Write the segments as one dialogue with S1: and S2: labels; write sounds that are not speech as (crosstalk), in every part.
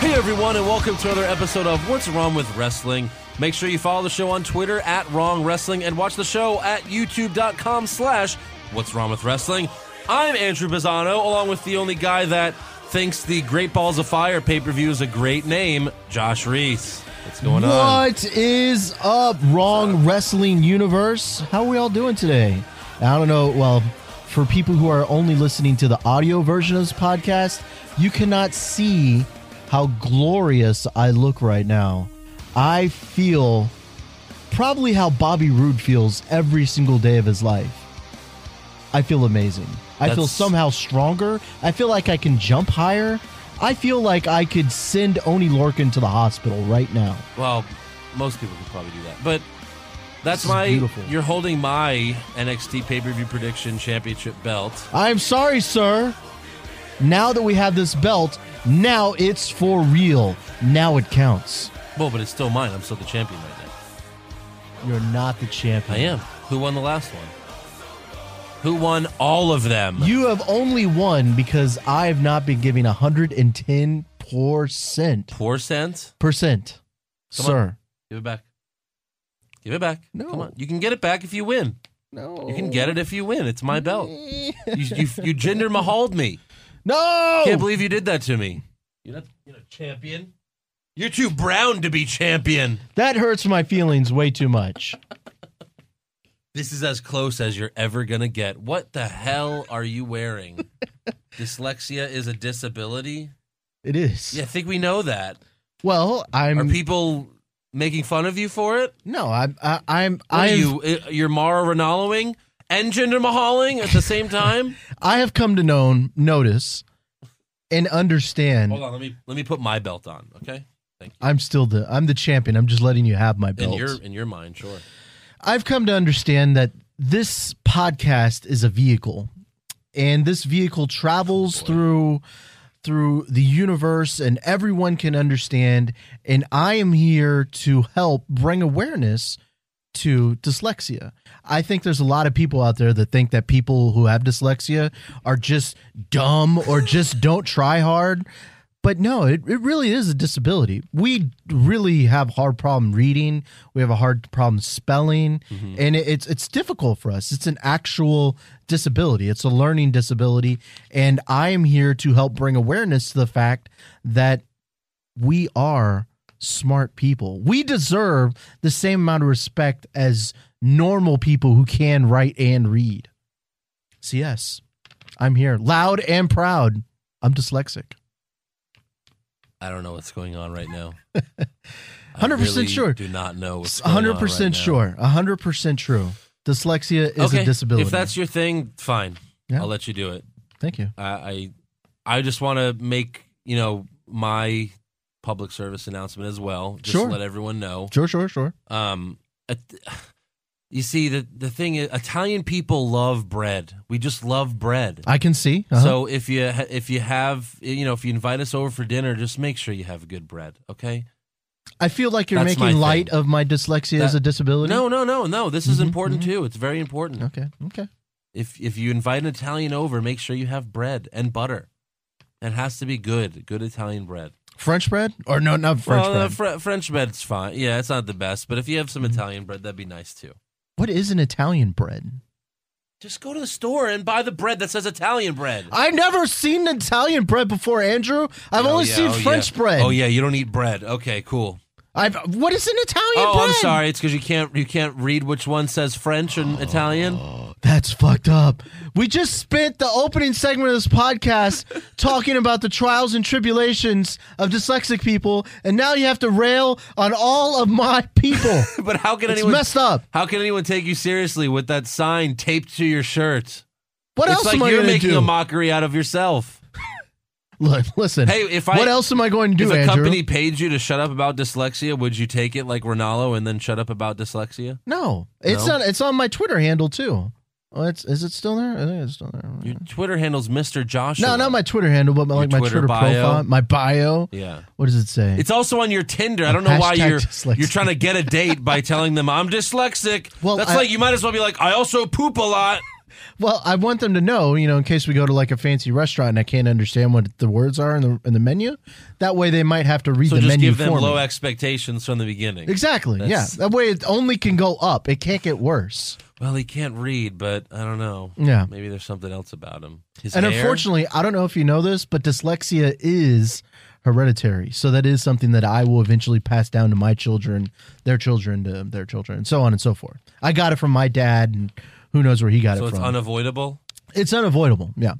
S1: Hey everyone, and welcome to another episode of What's Wrong with Wrestling. Make sure you follow the show on Twitter at Wrong Wrestling and watch the show at youtube.com slash What's Wrong with Wrestling. I'm Andrew Bizzano, along with the only guy that thinks the Great Balls of Fire pay-per-view is a great name, Josh Reese. What's going on?
S2: What is up, wrong wrestling universe? How are we all doing today? I don't know. Well, for people who are only listening to the audio version of this podcast, you cannot see how glorious I look right now. I feel probably how Bobby Roode feels every single day of his life. I feel amazing. I feel
S1: That's-
S2: somehow stronger. I feel like I can jump higher. I feel like I could send Oni Lorcan to the hospital right now.
S1: Well, most people could probably do that, but that's
S2: This is
S1: my.
S2: beautiful.
S1: You're holding my NXT pay-per-view prediction championship belt.
S2: I'm sorry, sir. Now that we have this belt, now it's for real. Now it counts.
S1: Well, but it's still mine. I'm still the champion right now.
S2: You're not the champion.
S1: I am. Who won the last one? Who won all of them?
S2: You have only won because I have not been giving 110 percent.
S1: Four cents.
S2: Percent,
S1: Come
S2: sir.
S1: Give it back. Give it back.
S2: No. Oh.
S1: Come on. You can get it back if you win.
S2: No.
S1: You can get it if you win. It's my
S2: (laughs)
S1: belt. You, you, you gender mahaled me.
S2: no.
S1: Can't believe you did that to me. You're not, you're not champion. You're too brown to be champion.
S2: that hurts my feelings way too much.
S1: This is as close as you're ever going to get. What the hell are you wearing?
S2: (laughs)
S1: Dyslexia is a disability?
S2: It is.
S1: Yeah, I think we know that.
S2: Well, I'm
S1: Are people making fun of you for it?
S2: no. I'm. I, I'm.
S1: Are
S2: I'm.
S1: you uh, you're Mara Ronaldoing and Jinder Mahaling at the same time?
S2: I have come to known notice and
S1: (laughs)
S2: understand.
S1: Hold on, let me let me put my belt on, okay?
S2: I'm still the I'm the champion. I'm just letting you have my
S1: In
S2: belt.
S1: your in your mind, sure.
S2: I've come to understand that this podcast is a vehicle, and this vehicle travels through through the universe, and everyone can understand. And I am here to help bring awareness to dyslexia. I think there's a lot of people out there that think that people who have dyslexia are just dumb or just don't try hard. But no, it, it really is a disability. We really have a hard problem reading. We have a hard problem spelling, and it, it's it's difficult for us. It's an actual disability. It's a learning disability, and I am here to help bring awareness to the fact that we are smart people. We deserve the same amount of respect as normal people who can write and read. So, yes, I'm here loud and proud. I'm dyslexic.
S1: I don't know what's going on right (laughs) now.
S2: 100%
S1: really
S2: sure.
S1: Do not know what's going on right
S2: 100% sure. 100% true. Dyslexia
S1: now.
S2: is
S1: okay.
S2: a disability.
S1: If that's your thing, fine.
S2: Yeah.
S1: I'll let you do it.
S2: Thank you.
S1: I I, I just want to make you know my public service announcement as well. Just
S2: Sure.
S1: let everyone know.
S2: Sure, sure, sure.
S1: Um, it- (sighs) you see, the the thing is, Italian people love bread. We just love bread.
S2: I can see. Uh-huh.
S1: So if you ha- if you have you know if you invite us over for dinner, just make sure you have good bread. Okay.
S2: I feel like you're
S1: that's my
S2: making light
S1: thing.
S2: of my dyslexia as
S1: That-
S2: a disability.
S1: No, no, no, no. This is
S2: Mhm,
S1: important too. It's very important.
S2: Okay, okay.
S1: If if you invite an Italian over, make sure you have bread and butter. It has to be good, good Italian bread.
S2: French bread? Or no, not French
S1: well,
S2: bread. Mm-hmm.
S1: uh, Fre- French bread's fine. Yeah, it's not the best, but if you have some Italian bread, that'd be nice too.
S2: what is an Italian bread?
S1: Just go to the store and buy the bread that says Italian bread.
S2: I've never seen Italian bread before, Andrew. I've
S1: Oh,
S2: only
S1: yeah,
S2: seen
S1: oh,
S2: French
S1: yeah.
S2: bread.
S1: Oh yeah, you don't eat bread. Okay, cool.
S2: I've what is an Italian
S1: oh,
S2: bread?
S1: I'm sorry. It's because you can't you can't read which one says French and Italian.
S2: Oh. That's fucked up. We just spent the opening segment of this podcast (laughs) talking about the trials and tribulations of dyslexic people, and now you have to rail on all of my people.
S1: (laughs) But how can
S2: it's
S1: anyone
S2: messed up.
S1: how can anyone take you seriously with that sign taped to your shirt?
S2: What
S1: it's
S2: else
S1: like
S2: am I
S1: you're
S2: going to
S1: making
S2: do?
S1: a mockery out of yourself.
S2: Look, listen.
S1: Hey, if I
S2: what else am I going to
S1: if
S2: do,
S1: a
S2: Andrew?
S1: company paid you to shut up about dyslexia, would you take it like Ronaldo and then shut up about dyslexia?
S2: no, it's
S1: No?
S2: not. It's on my Twitter handle too. Oh, it's, is it still there? I think it's still there.
S1: Your Twitter handle's Mr. Joshua.
S2: No, not my Twitter handle, but my,
S1: Your
S2: like my
S1: Twitter
S2: Twitter,
S1: bio?
S2: profile, my bio.
S1: Yeah.
S2: What does it say?
S1: It's also on your Tinder. I don't know why
S2: Hashtag
S1: you're
S2: dyslexic.
S1: you're trying to get a date by telling them I'm dyslexic.
S2: Well,
S1: that's
S2: I-
S1: like you might as well be like I also poop a lot.
S2: Well, I want them to know, you know, in case we go to like a fancy restaurant and I can't understand what the words are in the in the menu. That way, they might have to read
S1: So
S2: the
S1: just
S2: menu
S1: give them
S2: for
S1: low
S2: me.
S1: expectations from the beginning.
S2: Exactly.
S1: That's-
S2: yeah. That way, it only can go up. It can't get worse.
S1: Well, he can't read, but I don't know.
S2: Yeah.
S1: Maybe there's something else about him. His
S2: And
S1: hair?
S2: unfortunately, I don't know if you know this, but dyslexia is hereditary. So that is something that I will eventually pass down to my children, their children to their children, and so on and so forth. I got it from my dad, and who knows where he got
S1: so
S2: it
S1: it's
S2: from.
S1: unavoidable.
S2: it's unavoidable. Yeah.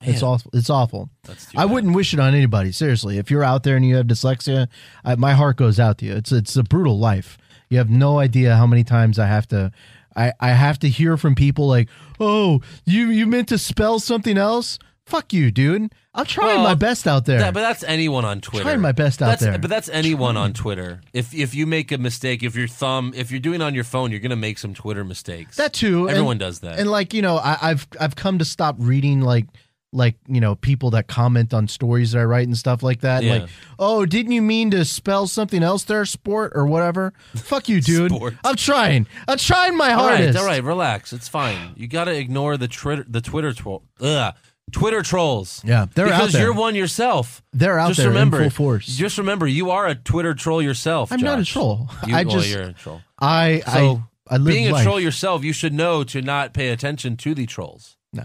S2: It's
S1: Man.
S2: awful. It's awful.
S1: That's too
S2: I
S1: bad.
S2: wouldn't wish it on anybody. Seriously, if you're out there and you have dyslexia, I, my heart goes out to you. It's it's a brutal life. You have no idea how many times I have to, I, I have to hear from people like, oh, you you meant to spell something else? Fuck you, dude. I'm trying
S1: Well,
S2: my best out there.
S1: Yeah, but that's anyone on Twitter.
S2: Trying my best out
S1: that's,
S2: there.
S1: But that's anyone on Twitter. If if you make a mistake, if your thumb, if you're doing it on your phone, you're gonna make some Twitter mistakes.
S2: that too.
S1: everyone
S2: and,
S1: does that.
S2: And like you know, I, I've I've come to stop reading like like you know people that comment on stories that I write and stuff like that.
S1: Yeah.
S2: Like, oh, didn't you mean to spell something else there, sport or whatever? Fuck you, dude.
S1: Sport.
S2: I'm trying. I'm trying my
S1: all right,
S2: hardest.
S1: all right, relax. It's fine. You gotta ignore the Twitter, the Twitter troll, ugh, Twitter trolls.
S2: Yeah, they're
S1: because
S2: out there.
S1: you're one yourself.
S2: They're out
S1: just
S2: there in
S1: remember,
S2: full force.
S1: Just remember, you are a Twitter troll yourself.
S2: I'm not a
S1: Josh.
S2: troll.
S1: You,
S2: I
S1: well,
S2: just
S1: you're a troll.
S2: I
S1: So,
S2: I I live
S1: Being a
S2: life.
S1: troll yourself, you should know to not pay attention to the trolls.
S2: No.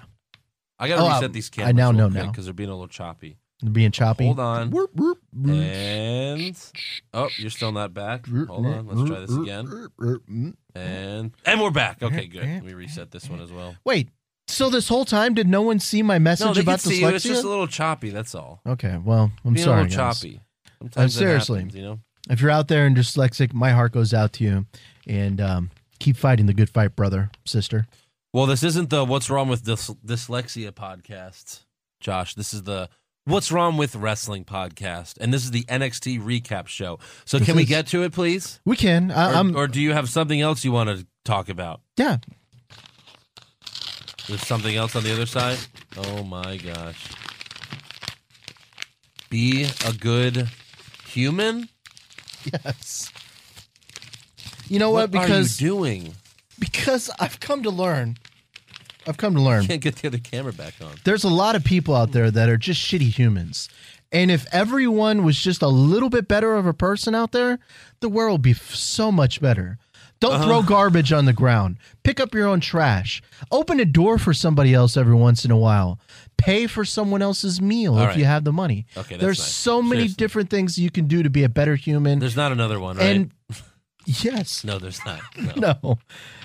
S1: I gotta
S2: Oh,
S1: reset
S2: I-
S1: these
S2: I
S1: cameras.
S2: now
S1: real
S2: know
S1: quick
S2: now.
S1: because they're being a little choppy.
S2: being choppy.
S1: Hold on.
S2: Whoop, whoop, whoop.
S1: And oh, you're still not back. Hold on, let's try this again. And and we're back. Okay, good. Let me reset this one as well.
S2: Wait. So this whole time, did no one see my message
S1: No, they
S2: about
S1: can see
S2: dyslexia?
S1: you. It's just a little choppy. That's all.
S2: okay. Well, I'm
S1: being
S2: sorry.
S1: a little
S2: guys.
S1: choppy. Sometimes that
S2: seriously.
S1: happens, you know.
S2: if you're out there and dyslexic, my heart goes out to you, and um, keep fighting the good fight, brother, sister.
S1: Well, this isn't the "What's Wrong with Dys- Dyslexia" podcast, Josh. This is the "What's Wrong with Wrestling" podcast, and this is the NXT recap show. So,
S2: This
S1: can we
S2: is-
S1: get to it, please?
S2: We can.
S1: Or,
S2: I, I'm.
S1: or do you have something else you want to talk about?
S2: yeah.
S1: There's something else on the other side. Oh my gosh! Be a good human.
S2: Yes. You know what?
S1: what
S2: because
S1: are you doing?
S2: because I've come to learn. I've come to learn.
S1: Can't get the other camera back on.
S2: There's a lot of people out there that are just shitty humans. And if everyone was just a little bit better of a person out there, the world would be f- so much better. Don't throw
S1: Uh-huh.
S2: garbage on the ground. Pick up your own trash. Open a door for somebody else every once in a while. Pay for someone else's meal if
S1: right.
S2: you have the money.
S1: Okay, that's
S2: There's
S1: nice.
S2: so many
S1: Seriously.
S2: different things you can do to be a better human.
S1: There's not another one, right? (laughs)
S2: and yes,
S1: no, there's
S2: (laughs)
S1: not. No.
S2: no.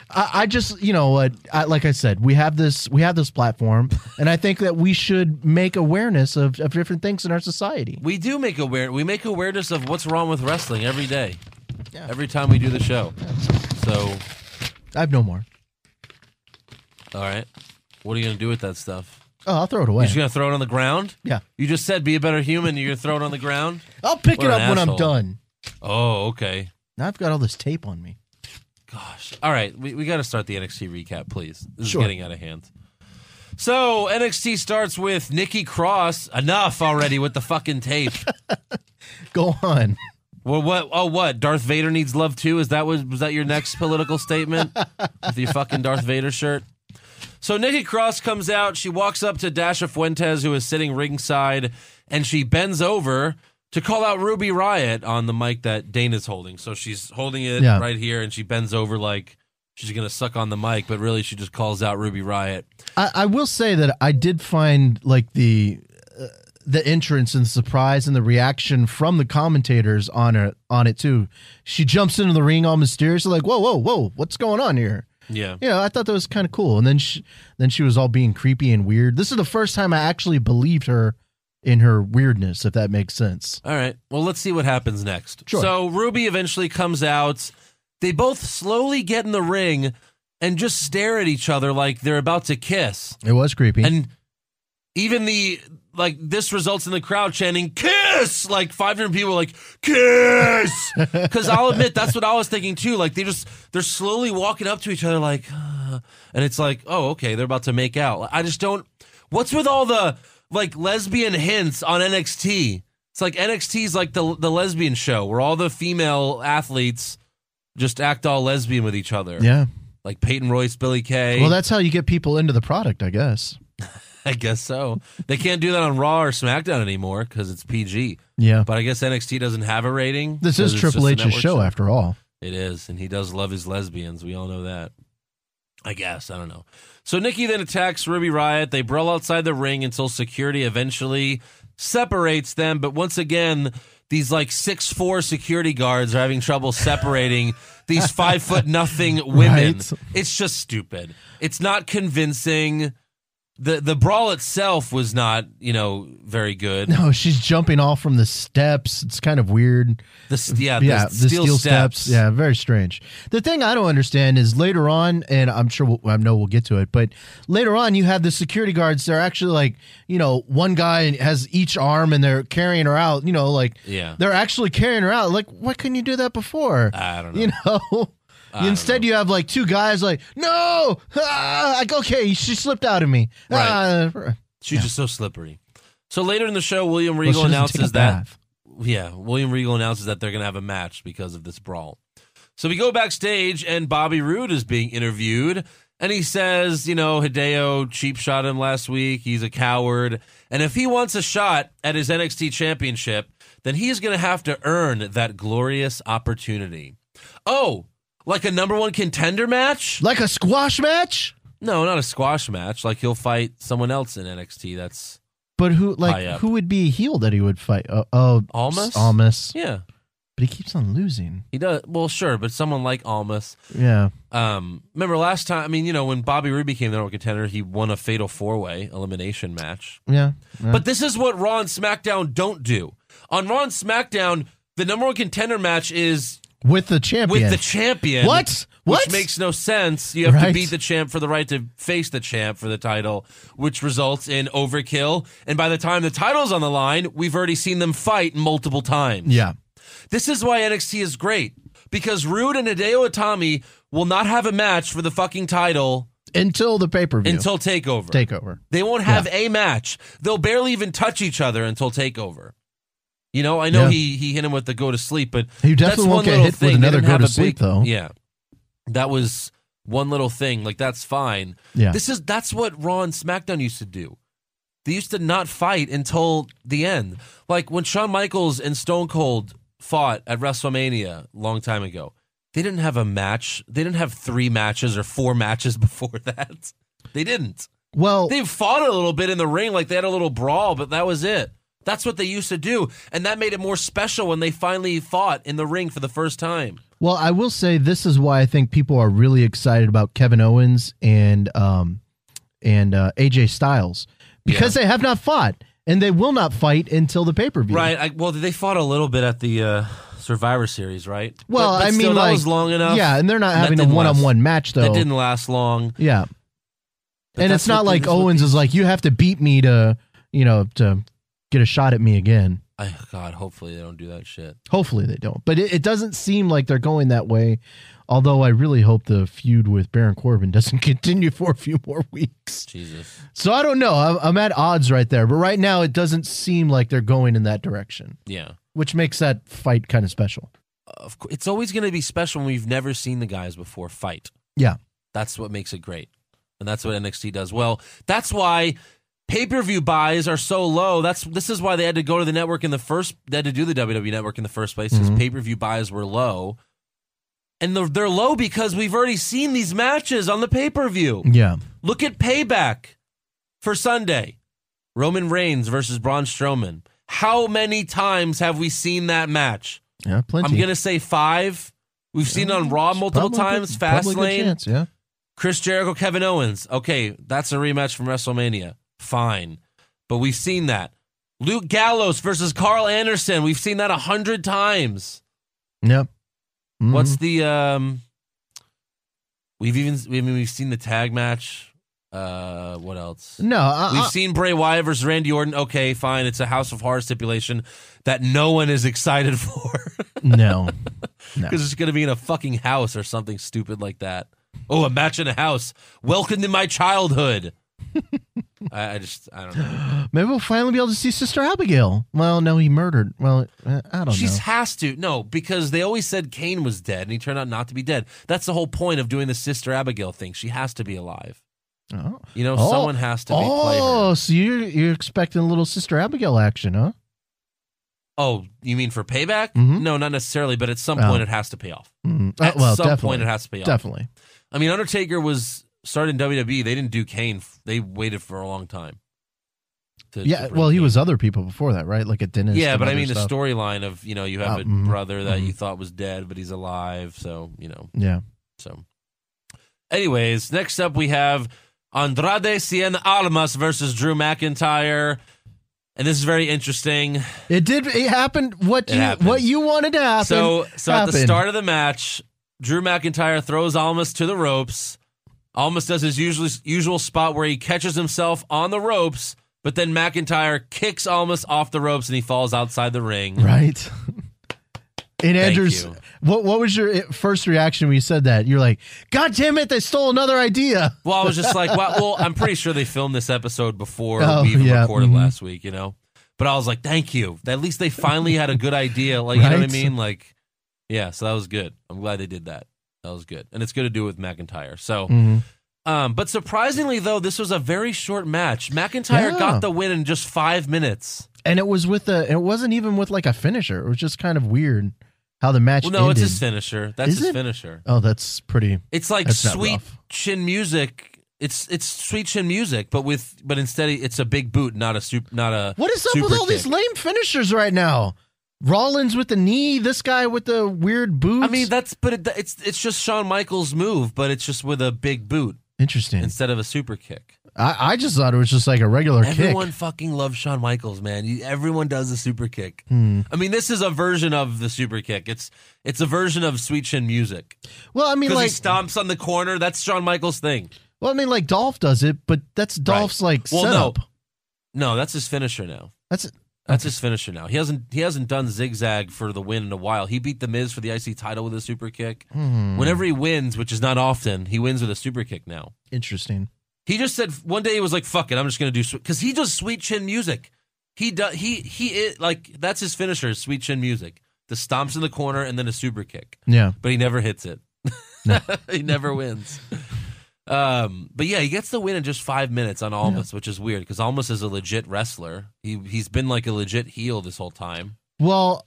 S2: I, I just, you know what? I, like I said, we have this, we have this platform, and I think that we should make awareness of, of different things in our society.
S1: We do make aware. We make awareness of what's wrong with wrestling every day,
S2: Yeah.
S1: every time we do the show. So,
S2: I have no more.
S1: all right, what are you gonna do with that stuff?
S2: Oh, I'll throw it
S1: You're
S2: away.
S1: just gonna throw it on the ground?
S2: Yeah,
S1: You just said be a better human. You're gonna throw it on the ground?
S2: I'll pick
S1: What
S2: it
S1: an
S2: up when I'm
S1: asshole.
S2: done.
S1: Oh, okay.
S2: Now I've got all this tape on me.
S1: Gosh. All right, we, we got to start the NXT recap, please. This
S2: Sure.
S1: is getting out of hand. So NXT starts with Nikki Cross. Enough already with the fucking tape.
S2: Go on. (laughs)
S1: Well, what? Oh, what? Darth Vader needs love too. Is that was was that your next political statement with your fucking Darth Vader shirt? So Nikki Cross comes out. She walks up to Dasha Fuentes, who is sitting ringside, and she bends over to call out Ruby Riot on the mic that Dana's holding. So she's holding it
S2: Yeah.
S1: right here, and she bends over like she's gonna suck on the mic, but really she just calls out Ruby Riot.
S2: I, I will say that I did find like the uh, the entrance and surprise and the reaction from the commentators on her on it too. She jumps into the ring all mysteriously, like whoa, whoa, whoa, what's going on here?
S1: Yeah.
S2: Yeah, I thought that was kind of cool. And then she, then she was all being creepy and weird. This is the first time I actually believed her in her weirdness, if that makes sense.
S1: All right. Well, let's see what happens next.
S2: Sure.
S1: So Ruby eventually comes out. They both slowly get in the ring and just stare at each other like they're about to kiss.
S2: It was creepy.
S1: And even the like this results in the crowd chanting "kiss" like 500 people are like
S2: (laughs)
S1: "kiss" because I'll admit that's what I was thinking too. Like they just they're slowly walking up to each other like, "Ah," and it's like, oh okay, they're about to make out. I just don't. What's with all the like lesbian hints on NXT? It's like NXT's like the the lesbian show where all the female athletes just act all lesbian with each other.
S2: yeah,
S1: like Peyton Royce, Billy Kay.
S2: Well, that's how you get people into the product, I guess.
S1: (laughs) I guess so. They can't do that on Raw or SmackDown anymore because it's PG.
S2: Yeah.
S1: But I guess NXT doesn't have a rating.
S2: This
S1: because
S2: is
S1: it's
S2: Triple
S1: just a
S2: H's
S1: network
S2: show, after all.
S1: It is, and he does love his lesbians. We all know that. I guess. I don't know. So Nikki then attacks Ruby Riot. They brawl outside the ring until security eventually separates them. But once again, these like six four security guards are having trouble separating (laughs) these five foot nothing women.
S2: Right.
S1: It's just stupid. It's not convincing. The the brawl itself was not, you know, very good.
S2: No, she's jumping off from the steps. It's kind of weird.
S1: The s- yeah,
S2: yeah,
S1: the steel, steps.
S2: Yeah, very strange. The thing I don't understand is later on, and I'm sure we'll, I know we'll get to it, but later on you have the security guards. They're actually like, you know, one guy has each arm and they're carrying her out. You know, like
S1: Yeah.
S2: they're actually carrying her out. Like, why couldn't you do that before?
S1: I don't know.
S2: You know.
S1: don't
S2: (laughs) Instead, you have like two guys like, no, ah! like okay, she slipped out of me.
S1: Right.
S2: Ah.
S1: She's just so slippery. So later in the show, William
S2: Well, she
S1: Regal
S2: doesn't take
S1: announces
S2: a
S1: that
S2: bath.
S1: yeah, William Regal announces that they're going to have a match because of this brawl. So we go backstage and Bobby Roode is being interviewed and he says, you know, Hideo cheap shot him last week. He's a coward. And if he wants a shot at his NXT championship, then he's going to have to earn that glorious opportunity. Oh, like a number 1 contender match?
S2: like a squash match.
S1: No, not a squash match. Like he'll fight someone else in NXT that's
S2: But who
S1: High
S2: like
S1: up.
S2: who would be a heel that he would fight? Oh, oh
S1: Almas?
S2: Almas.
S1: yeah.
S2: But he keeps on losing.
S1: He does well, sure, but someone like Almas.
S2: Yeah.
S1: Um, remember last time? I mean, you know, when Bobby Roode became the number one contender, he won a fatal four way elimination match.
S2: Yeah. yeah.
S1: But this is what Raw and SmackDown don't do. On Raw and SmackDown, the number one contender match is
S2: with the champion.
S1: with the champion.
S2: What? What?
S1: Which makes no sense. You have to
S2: Right.
S1: beat the champ for the right to face the champ for the title, which results in overkill. And by the time the title's on the line, we've already seen them fight multiple times.
S2: yeah.
S1: This is why NXT is great because Rude and Hideo Itami will not have a match for the fucking title
S2: Until the pay per view.
S1: until Takeover.
S2: takeover.
S1: they won't have a match. They'll barely even touch each other until Takeover. You know, I know
S2: Yeah.
S1: he he hit him with the go to sleep, but
S2: He
S1: that's
S2: definitely
S1: one
S2: won't get
S1: little
S2: hit
S1: thing.
S2: with
S1: They
S2: another
S1: didn't
S2: go
S1: have
S2: to
S1: a
S2: sleep
S1: big-
S2: though.
S1: Yeah, that was one little thing. Like that's fine.
S2: Yeah.
S1: This is that's what Raw and SmackDown used to do. They used to not fight until the end. Like when Shawn Michaels and Stone Cold fought at WrestleMania a long time ago. They didn't have a match. They didn't have three matches or four matches (laughs) before that. They didn't.
S2: well,
S1: They fought a little bit in the ring, like they had a little brawl, but that was it. That's what they used to do, and that made it more special when they finally fought in the ring for the first time.
S2: well, I will say this is why I think people are really excited about Kevin Owens and um and uh, AJ Styles because they have not fought and they will not fight until the pay per view.
S1: Right. I, well, they fought a little bit at the uh, Survivor Series, right?
S2: Well,
S1: But- but
S2: I mean,
S1: still, that
S2: like,
S1: was long enough.
S2: Yeah, and they're not
S1: That
S2: having a
S1: didn't
S2: one on
S1: last.
S2: one match though.
S1: that didn't last long.
S2: Yeah.
S1: But
S2: and
S1: that's
S2: it's
S1: what
S2: not
S1: they-
S2: like
S1: that's what
S2: Owens
S1: they-
S2: is like, you have to beat me to, you know, to get a shot at me again.
S1: I, God, hopefully they don't do that shit.
S2: Hopefully they don't. But it, it doesn't seem like they're going that way. Although I really hope the feud with Baron Corbin (laughs) doesn't continue for a few more weeks.
S1: Jesus.
S2: So I don't know. I'm, I'm at odds right there. But right now, it doesn't seem like they're going in that direction,
S1: Yeah.
S2: which makes that fight kind of special.
S1: Of course, it's always going to be special when we've never seen the guys before fight.
S2: Yeah.
S1: That's what makes it great. And that's what NXT does well. That's why pay-per-view buys are so low. That's this is why they had to go to the network in the first they had to do the WWE network in the first place because
S2: Mhm.
S1: pay-per-view buys were low. And they're, they're low because we've already seen these matches on the pay-per-view.
S2: Yeah.
S1: Look at payback for Sunday. Roman Reigns versus Braun Strowman. How many times have we seen that match?
S2: Yeah. Plenty.
S1: I'm gonna say five. We've seen on Raw multiple
S2: Probably
S1: times.
S2: good- probably good
S1: Fastlane,
S2: chance, yeah.
S1: Chris Jericho, Kevin Owens. Okay, that's a rematch from WrestleMania. Fine, but we've seen that. Luke Gallows versus Carl Anderson. We've seen that a hundred times.
S2: Yep. Mhm.
S1: What's the um? We've even I mean we've seen the tag match. Uh, what else?
S2: Mm-hmm. no? uh, I,
S1: We've
S2: I-
S1: seen Bray Wyatt versus Randy Orton. Okay, fine. It's a House of Horror stipulation that no one is excited (laughs) for.
S2: no.
S1: because it's going to be in a fucking
S2: (laughs)
S1: house or something stupid like that. Oh, a match in a house. Welcome to my childhood. I, I just I don't know.
S2: Maybe we'll finally be able to see Sister Abigail. Well, no, he murdered. Well, uh, I don't
S1: She
S2: know.
S1: has to no because they always said Cain was dead and he turned out not to be dead. That's the whole point of doing the sister Abigail thing. She has to be alive.
S2: Oh,
S1: You know,
S2: Oh.
S1: someone has to be play her.
S2: oh so you're you're expecting a little Sister Abigail action, huh?
S1: Oh, you mean for payback?
S2: Mhm.
S1: No, not necessarily. But at some
S2: Oh.
S1: point, it has to pay off.
S2: Mm, uh,
S1: At
S2: well,
S1: some
S2: definitely,
S1: point, it has to pay off.
S2: definitely.
S1: I mean, Undertaker was started in WWE. They didn't do Kane. f- They waited for a long time. to-
S2: Yeah,
S1: to bring
S2: well, he
S1: Kane.
S2: was other people before that, right? Like a dentist.
S1: Yeah,
S2: and
S1: but I
S2: other
S1: mean
S2: stuff.
S1: the storyline of you know you have
S2: Oh,
S1: a
S2: mhm,
S1: brother that
S2: mhm.
S1: you thought was dead, but he's alive. So you know.
S2: Yeah,
S1: So, anyways, next up we have Andrade Cien Almas versus Drew McIntyre, and this is very interesting.
S2: it did. It happened. What
S1: It
S2: you
S1: happened.
S2: what you wanted to happen?
S1: So, so at the
S2: happened.
S1: start of the match, Drew McIntyre throws Almas to the ropes. Almas does his usual usual spot where he catches himself on the ropes, but then McIntyre kicks Almas off the ropes and he falls outside the ring.
S2: right. And Andrews,
S1: you.
S2: what what was your eh, first reaction when you said that? You're like, God damn it! They stole another idea.
S1: Well, I was just like, wow, well, I'm pretty sure they filmed this episode before
S2: Oh,
S1: we even
S2: yeah,
S1: recorded
S2: mhm.
S1: last week, you know? But I was like, thank you. At least they finally had a good idea. Like, you know what I
S2: Right?
S1: mean? Like, yeah, so that was good. I'm glad they did that. That was good. And it's good to do with McIntyre. So,
S2: Mm.
S1: um, but surprisingly, though, this was a very short match. McIntyre
S2: Yeah.
S1: got the win in just five minutes.
S2: And it was with a. It wasn't even with like a finisher. It was just kind of weird how the match.
S1: Well, no, it's
S2: ended.
S1: his finisher. That's
S2: Is
S1: his
S2: it?
S1: finisher.
S2: Oh, that's pretty.
S1: It's like
S2: That's not
S1: sweet
S2: rough.
S1: chin music. It's it's sweet chin music, but with but instead it's a big boot, not a soup, not a
S2: What is up
S1: super
S2: with all
S1: kick.
S2: these lame finishers right now? Rollins with the knee. This guy with the weird boots.
S1: I mean, that's but it, it's it's just Shawn Michaels' move, but it's just with a big boot
S2: interesting.
S1: instead of a super kick.
S2: I, I just thought it was just like a regular
S1: Everyone
S2: kick.
S1: fucking loves Shawn Michaels, man. You, everyone does the super kick.
S2: Hmm.
S1: I mean, this is a version of the super kick. It's it's a version of sweet chin music
S2: Well, I mean,
S1: because
S2: like,
S1: he stomps on the corner. That's Shawn Michaels' thing.
S2: well, I mean, like Dolph does it, but that's Dolph's like
S1: Well, no.
S2: setup.
S1: No, that's his finisher now.
S2: That's
S1: That's his finisher now. He hasn't he hasn't done zigzag for the win in a while. He beat the Miz for the IC title with a super kick.
S2: hmm,
S1: Whenever he wins, which is not often, he wins with a super kick now.
S2: interesting.
S1: He just said one day he was like, "Fuck it, I'm just gonna do because he does sweet chin music. He does he he is, like that's his finisher, is sweet chin music. The stomps in the corner and then a super kick,
S2: Yeah,
S1: but he never hits it. (laughs) he never wins. Um, but yeah, he gets the win in just five minutes on Almas, which is weird because Almas is a legit wrestler. He he's been like a legit heel this whole time.
S2: Well,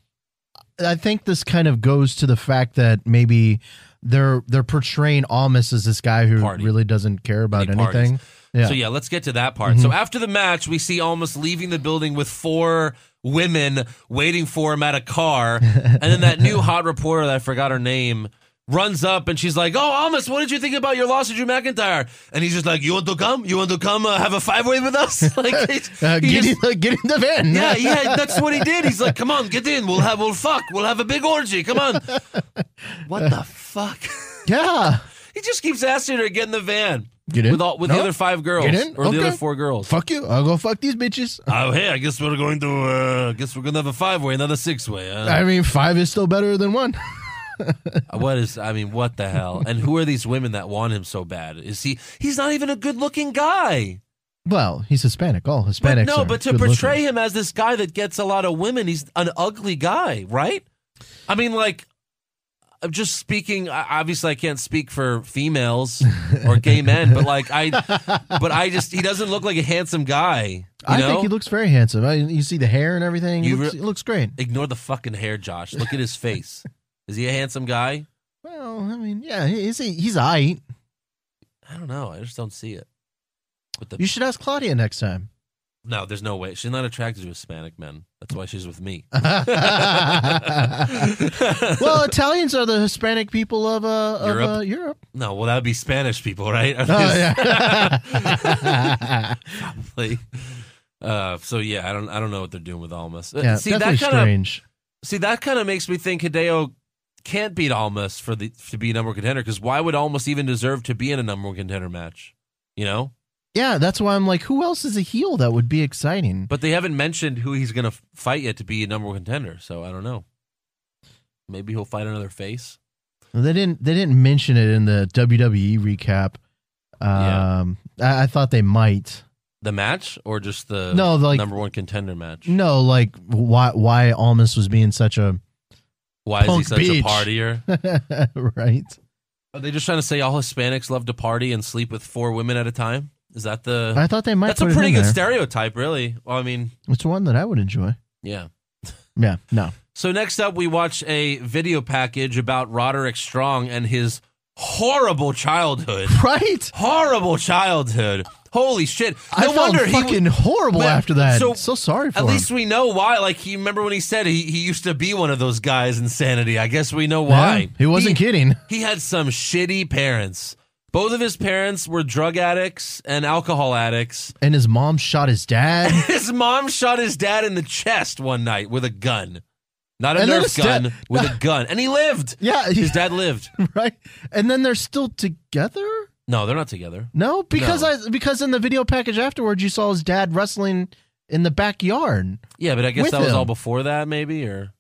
S2: I think this kind of goes to the fact that maybe they're they're portraying Almas as this guy who
S1: Party.
S2: really doesn't care about
S1: He parties.
S2: anything. Yeah. Mm-hmm.
S1: So yeah, let's get to that part. So after the match, we see almost leaving the building with four women waiting for him at a
S2: (laughs)
S1: car, and then that new hot reporter that I forgot her name runs up and she's like, "Oh, Almas, what did you think about your loss to Drew McIntyre?" And he's just like, "You want to come? You want to come uh, have a five way with us?" (laughs) like, he's-
S2: (laughs) Uh,
S1: he
S2: get,
S1: just-
S2: in the, get in the van.
S1: yeah, yeah, that's what he did. He's like, "Come on, get in. We'll have, we'll fuck. We'll have a big orgy. Come
S2: (laughs)
S1: on." What the fuck?
S2: (laughs)
S1: (laughs)
S2: yeah.
S1: he just keeps asking her to get in the van
S2: Get in.
S1: with all with the
S2: No.
S1: other five girls
S2: Get in?
S1: or the other
S2: Okay.
S1: four girls.
S2: Fuck you. I'll go fuck these bitches.
S1: Oh, hey, I guess we're going to, uh, I guess we're going to have a five way, another six way. Uh,
S2: I mean, five is still better than one. (laughs)
S1: what is, I mean, what the hell? And who are these women that want him so bad? Is he, he's not even a good looking guy.
S2: Well, he's Hispanic. All
S1: But
S2: Hispanics.
S1: no,
S2: are
S1: but to
S2: good
S1: portray
S2: looking.
S1: him as this guy that gets a lot of women, he's an ugly guy, right? I mean, like, I'm just speaking, I- obviously, I can't speak for females or gay men, but like,
S2: (laughs)
S1: I, but I just, he doesn't look like a handsome guy. You
S2: I
S1: know?
S2: think he looks very handsome. I, you see the hair and everything. He
S1: You
S2: looks,
S1: re-
S2: he looks great.
S1: Ignore the fucking hair, Josh. Look at his face. Is he a handsome guy?
S2: Well, I mean, yeah, he- he's he's aight.
S1: I don't know. I just don't see it. With the
S2: You should ask Claudia next time.
S1: (laughs)
S2: (laughs)
S1: no, there's no way she's not attracted to Hispanic men. That's why she's with me.
S2: (laughs)
S1: (laughs)
S2: well, Italians are the Hispanic people of uh, of,
S1: Europe.
S2: uh, Europe.
S1: no, well that would be Spanish people, right? (laughs)
S2: Oh (laughs) yeah.
S1: Probably. Uh, so yeah, I don't, I don't know what they're doing with Almas. Uh,
S2: (laughs) yeah,
S1: see
S2: definitely
S1: that kind of,
S2: strange.
S1: see that kind of makes me think Hideo can't beat Almas for the to be a number one contender because why would Almas even deserve to be in a number one contender match? You know,
S2: Yeah, that's why I'm like, who else is a heel that would be exciting?
S1: But they haven't mentioned who he's going to fight yet to be a number one contender, so I don't know. Maybe he'll fight another face.
S2: They didn't. They didn't mention it in the WWE E recap.
S1: Yeah.
S2: Um, I, I thought they might.
S1: The match or just the
S2: No, like-
S1: number one contender match?
S2: No, like why why Almas was being such a (laughs)
S1: Why is he
S2: Punk
S1: such
S2: Beach.
S1: a partier?
S2: right.
S1: Are they just trying to say all Hispanics love to party and sleep with four women at a time? Is that the?
S2: I thought they might.
S1: that's a
S2: put it
S1: pretty
S2: in
S1: good
S2: there.
S1: stereotype, really. Well, I mean,
S2: It's one that I would enjoy.
S1: yeah.
S2: Yeah. No.
S1: So next up, we watch a video package about Roderick Strong and his horrible childhood.
S2: Right.
S1: horrible childhood. Holy shit! No
S2: I felt
S1: wonder he.
S2: fucking horrible
S1: Man,
S2: after that.
S1: so-
S2: So, sorry for
S1: at
S2: him.
S1: least we know why. Like he remember when he said he, he used to be one of those guys. Insanity. I guess we know why.
S2: Yeah, he wasn't kidding.
S1: He had some shitty parents. Both of his parents were drug addicts and alcohol addicts. (laughs)
S2: And his mom shot his dad.
S1: His mom shot his dad in the chest one night with a gun. Not a
S2: And then his
S1: Nerf gun,
S2: dad-
S1: with
S2: (laughs)
S1: a gun. And he lived.
S2: (laughs) yeah. (laughs)
S1: His dad lived.
S2: right. And then they're still together.
S1: No, they're not together.
S2: No, because
S1: No.
S2: I because in the video package afterwards, you saw his dad wrestling in the backyard.
S1: Yeah, but I guess
S2: With
S1: that was
S2: him.
S1: all before that, maybe, or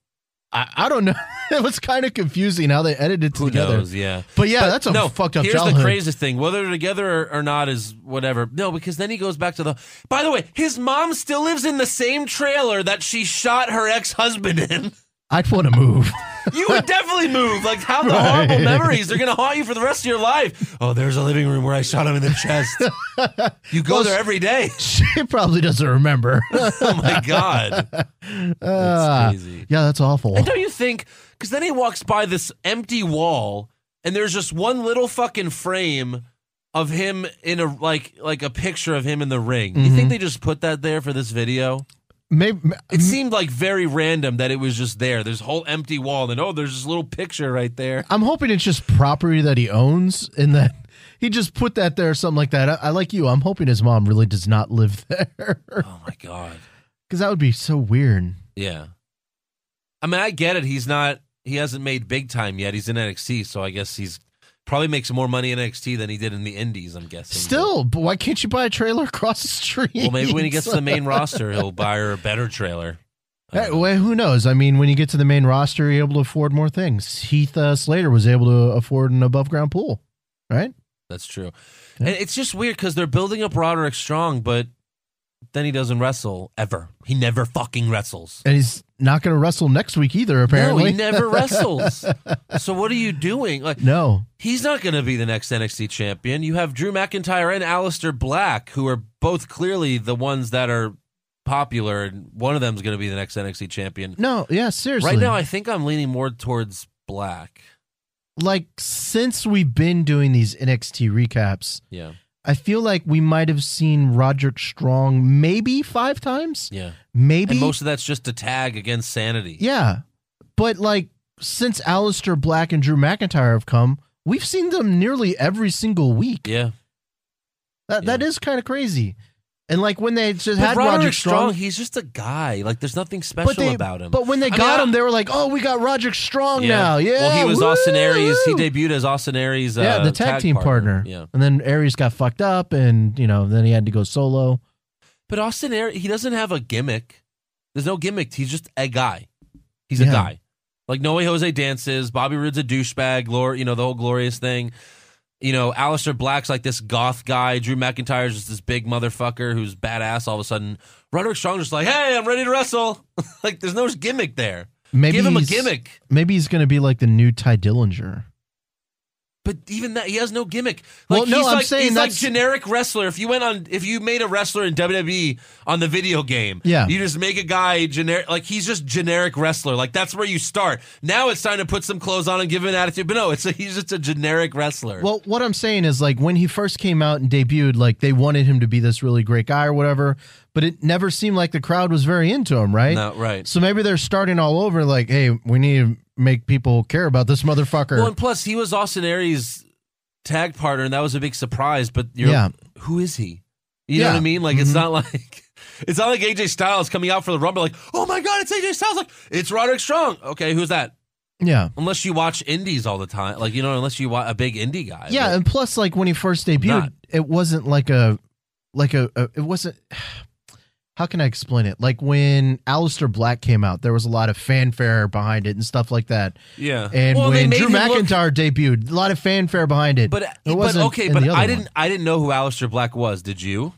S2: I, I don't know. (laughs) it was kind of confusing how they edited it
S1: who
S2: together.
S1: knows? Yeah.
S2: But yeah,
S1: But
S2: that's a
S1: no,
S2: fucked up
S1: Here's
S2: childhood.
S1: the craziest thing: whether they're together or, or not is whatever. No, because then he goes back to the. By the way, his mom still lives in the same trailer that she shot her ex-husband in. (laughs)
S2: I'd want to move. (laughs)
S1: You would definitely move. Like how the
S2: Right.
S1: horrible memories are going to haunt you for the rest of your life. Oh, there's a living room where I shot him in the
S2: (laughs)
S1: chest. You go
S2: Well,
S1: there every day. (laughs)
S2: she probably doesn't (laughs) remember.
S1: Oh my
S2: (laughs)
S1: god,
S2: Ah,
S1: crazy.
S2: Yeah, that's awful.
S1: And don't you think? Because then he walks by this empty wall, and there's just one little fucking frame of him in a like like a picture of him in the ring. You think they just put that there for this video?
S2: Maybe
S1: It seemed like very random that it was just there. There's a whole empty wall, and oh, there's this little picture right there.
S2: I'm hoping it's just property that he owns and that he just put that there or something like that. I, I like you. I'm hoping his mom really does not live (laughs) there
S1: Oh my god.
S2: because that would be so weird.
S1: Yeah. I mean, I get it. He's not. He hasn't made big time yet. He's in NXT, so I guess he's probably makes more money in NXT than he did in the Indies. I'm guessing.
S2: Still, but why can't you buy a trailer across the street?
S1: Well, maybe when he gets to the main roster, he'll buy her a better trailer. I
S2: (laughs) Hey,
S1: don't know.
S2: well, who knows? I mean, when you get to the main roster, you're able to afford more things. Heath uh, Slater was able to afford an above ground pool, right?
S1: That's true.
S2: Yeah.
S1: And it's just weird because they're building up Roderick Strong, but then he doesn't wrestle ever. He never fucking wrestles.
S2: And he's not going to wrestle next week either, apparently.
S1: No, he
S2: (laughs)
S1: never wrestles. so what are you doing? Like
S2: No.
S1: he's not going to be the next NXT champion. You have Drew McIntyre and Aleister Black, who are both clearly the ones that are popular, and one of them's going to be the next NXT champion.
S2: No, yeah, seriously.
S1: Right now, I think I'm leaning more towards Black.
S2: like since we've been doing these NXT recaps,
S1: Yeah,
S2: I feel like we might have seen Roderick Strong maybe five times,
S1: yeah.
S2: maybe.
S1: And most of that's just a tag against sanity.
S2: yeah, but like since Alistair Black and Drew McIntyre have come, we've seen them nearly every single week.
S1: Yeah.
S2: That that is kind of crazy. And like when they just
S1: But
S2: had
S1: Roderick,
S2: Roderick
S1: Strong,
S2: Strong,
S1: he's just a guy. Like, there's nothing special
S2: but they
S1: about him.
S2: but when they
S1: mean,
S2: got
S1: I-
S2: him, they were like, "Oh, we got Roderick Strong now." Yeah,
S1: Well, he was Austin
S2: woo!
S1: Aries. He debuted as Austin Aries. Uh,
S2: yeah, the tag, team partner.
S1: Yeah.
S2: and then Aries got fucked up, and you know, then he had to go solo.
S1: But Austin Aries, he doesn't have a gimmick. There's no gimmick. He's just a guy. He's a
S2: Yeah.
S1: guy. Like, Noe Jose dances. Bobby Roode's a douchebag. Glor- you know, the whole glorious thing. You know, Alistair Black's like this goth guy. Drew McIntyre's just this big motherfucker who's badass all of a sudden. Roderick Strong's just like, hey, I'm ready to wrestle. (laughs) like, there's no gimmick there.
S2: Maybe
S1: Give him a
S2: he's-
S1: gimmick.
S2: Maybe he's gonna be like the new Ty Dillinger.
S1: But even that, he has no gimmick. Like,
S2: Well, no,
S1: he's
S2: I'm
S1: like,
S2: saying
S1: he's like
S2: that's-
S1: generic wrestler. If you went on, if you made a wrestler in WWE on the video game,
S2: Yeah.
S1: you just make a guy generic. Like he's just generic wrestler. Like that's where you start. Now it's time to put some clothes on and give him an attitude. But no, it's he's just a generic wrestler.
S2: Well, what I'm saying is like when he first came out and debuted, like they wanted him to be this really great guy or whatever, but it never seemed like the crowd was very into him, right?
S1: no, right.
S2: So maybe they're starting all over, like, hey, we need to make people care about this motherfucker.
S1: Well, and plus he was Austin Aries' tag partner, and that was a big surprise. But you're,
S2: Yeah.
S1: who is he? You know
S2: Yeah.
S1: what I mean? Like it's
S2: Mhm.
S1: not like. (laughs) It's not like AJ Styles coming out for the Rumble, like, oh my God, it's AJ Styles. Like, it's Roderick Strong. Okay, who's that?
S2: yeah.
S1: Unless you watch indies all the time, like you know, unless you watch a big indie guy.
S2: Yeah, uh, and plus like when he first debuted,
S1: not.
S2: it wasn't like a like a, a it wasn't (sighs) how can I explain it? Like when Aleister Black came out, there was a lot of fanfare behind it and stuff like that.
S1: Yeah.
S2: And
S1: Well, they
S2: when
S1: made
S2: Drew
S1: him look-
S2: McIntyre debuted, a lot of fanfare behind it.
S1: But
S2: it
S1: but
S2: wasn't
S1: okay,
S2: in
S1: but
S2: the other
S1: I
S2: one.
S1: didn't I didn't know who Aleister Black was. Did you?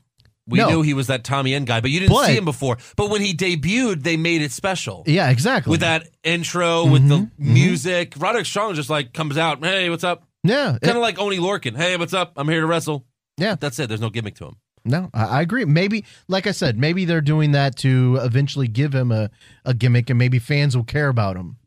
S1: We
S2: No.
S1: knew he was that Tommy End guy, but you didn't
S2: But-
S1: see him before. But when he debuted, they made it special
S2: Yeah, exactly. Mm-hmm.
S1: with that intro, with the music. Roderick Strong just like comes out, hey, what's up?
S2: yeah, it-
S1: Kind of like Oni Lorcan, hey, what's up? I'm here to wrestle.
S2: Yeah.
S1: that's it. There's no gimmick to him.
S2: No, I, I agree. Maybe, like I said, maybe they're doing that to eventually give him a, a gimmick and maybe fans will care about him.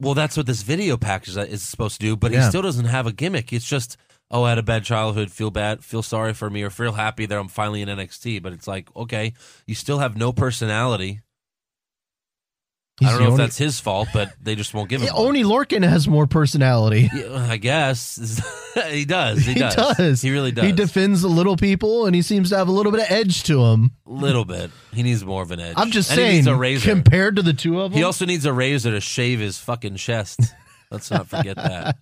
S1: Well, that's what this video package that is supposed to do, but he
S2: Yeah.
S1: still doesn't have a gimmick. It's just, oh, I had a bad childhood, feel bad, feel sorry for me, or feel happy that I'm finally in NXT. But it's like, okay, you still have no personality. I don't know
S2: the
S1: if
S2: only-
S1: that's his fault, but they just won't give him.
S2: Yeah,
S1: one.
S2: Oni Lorkin has more personality.
S1: Yeah, I guess (laughs) he does. He,
S2: (laughs) He
S1: does.
S2: does.
S1: He really does.
S2: He defends the little people and he seems to have a little bit of edge to him.
S1: little bit. He needs more of an edge.
S2: I'm just
S1: and He
S2: saying,
S1: needs a razor.
S2: compared to the two of them.
S1: he also needs a razor to shave his fucking chest. Let's not forget
S2: (laughs)
S1: that.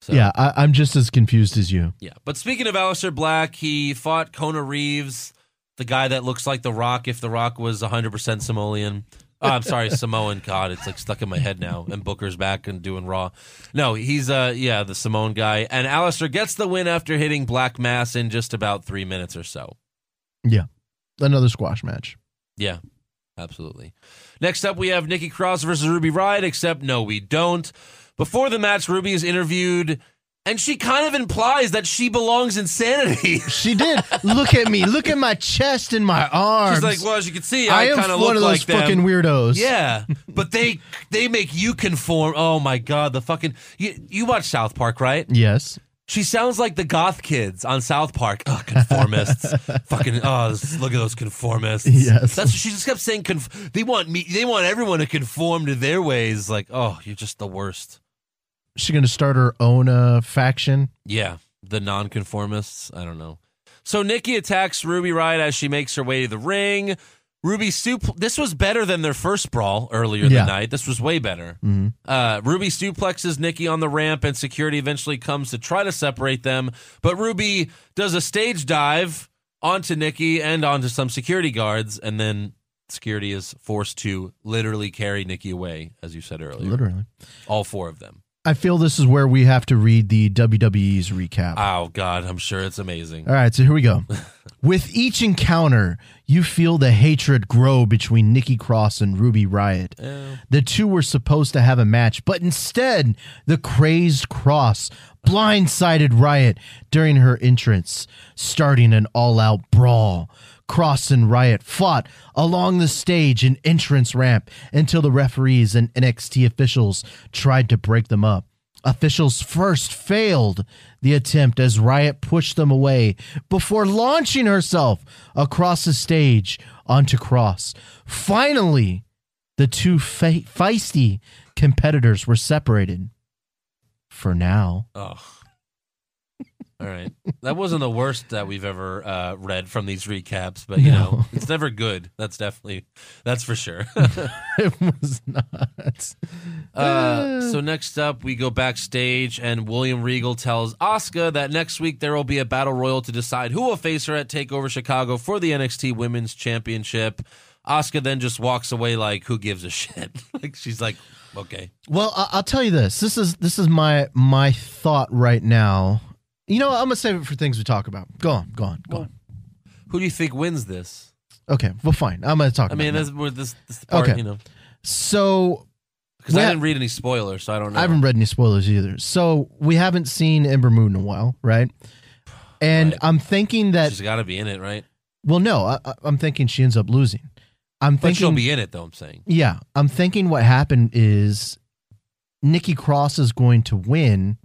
S1: So.
S2: Yeah, I, I'm just as confused as you.
S1: Yeah. But speaking of Aleister Black, he fought Kona Reeves, the guy that looks like The Rock if The Rock was 100% Samoan. Oh, I'm sorry, Samoan. God, it's like stuck in my head now. And Booker's back and doing Raw. No, he's, uh, yeah, the Samoan guy. And Aleister gets the win after hitting Black Mass in just about three minutes or so.
S2: Another squash match.
S1: Yeah, absolutely. Next up, we have Nikki Cross versus Ruby Riot, except no, we don't. Before the match, Ruby is interviewed, and she kind of implies that she belongs in Sanity. (laughs)
S2: She did. look at me. Look at my chest and my arms.
S1: She's like, well, as you can see,
S2: I
S1: I,
S2: am
S1: kind of
S2: one
S1: look
S2: of
S1: like
S2: those
S1: them.
S2: fucking weirdos.
S1: yeah, but they they make you conform. Oh my god, the fucking you, you watch South Park, right?
S2: Yes.
S1: She sounds like the goth kids on South Park. Oh,
S2: (laughs)
S1: conformists, fucking oh, this- look at those conformists.
S2: Yes.
S1: that's she just kept saying. Conf- they want me. They want everyone to conform to their ways. Like, oh, you're just the worst.
S2: She's going to start her own uh, faction.
S1: Yeah, the nonconformists. I don't know. So Nikki attacks Ruby Riot as she makes her way to the ring. Ruby supl. This was better than their first brawl earlier in
S2: Yeah.
S1: the night. This was way better.
S2: Mhm.
S1: Uh, Ruby suplexes Nikki on the ramp, and security eventually comes to try to separate them. But Ruby does a stage dive onto Nikki and onto some security guards, and then security is forced to literally carry Nikki away, as you said earlier.
S2: Literally.
S1: All four of them.
S2: I feel this is where we have to read the WWE's recap.
S1: Oh God, I'm sure it's amazing.
S2: All right, so here we go. With each encounter, you feel the hatred grow between Nikki Cross and Ruby Riot.
S1: Yeah.
S2: The two were supposed to have a match, but instead, the crazed Cross blindsided Riot during her entrance, starting an all out brawl. Cross and Riot fought along the stage and entrance ramp until the referees and NXT officials tried to break them up. Officials first failed the attempt as Riot pushed them away before launching herself across the stage onto Cross. Finally, the two fe- feisty competitors were separated. For now, (laughs)
S1: Oh. All right. That wasn't the worst that we've ever uh, read from these recaps, but you know,
S2: No.
S1: it's never good. That's definitely that's for sure. (laughs)
S2: it was not.
S1: uh, so next up, we go backstage, and William Regal tells Asuka that next week there will be a battle royal to decide who will face her at Takeover Chicago for the NXT Women's Championship. Asuka then just walks away like, "Who gives a shit?" (laughs) like she's like, "Okay."
S2: Well, I- I'll tell you this. This is this is my my thought right now. You know, what? I'm gonna save it for things we talk about. Go on, go on, go on.
S1: Who do you think wins this?
S2: Okay, well, fine. I'm gonna talk.
S1: I
S2: about
S1: mean,
S2: it.
S1: this, this, this is the part,
S2: Okay.
S1: you know,
S2: so
S1: because
S2: Well,
S1: I didn't read any spoilers, so I don't know.
S2: I haven't read any spoilers either. So we haven't seen Ember Moon in a while, right? And
S1: Right.
S2: I'm thinking that.
S1: She's got to be in it, right?
S2: well, no, I, I- I'm thinking she ends up losing. I'm
S1: But she'll
S2: thinking.
S1: be in it, though. I'm saying.
S2: yeah, I'm thinking what happened is Nikki Cross is going to win,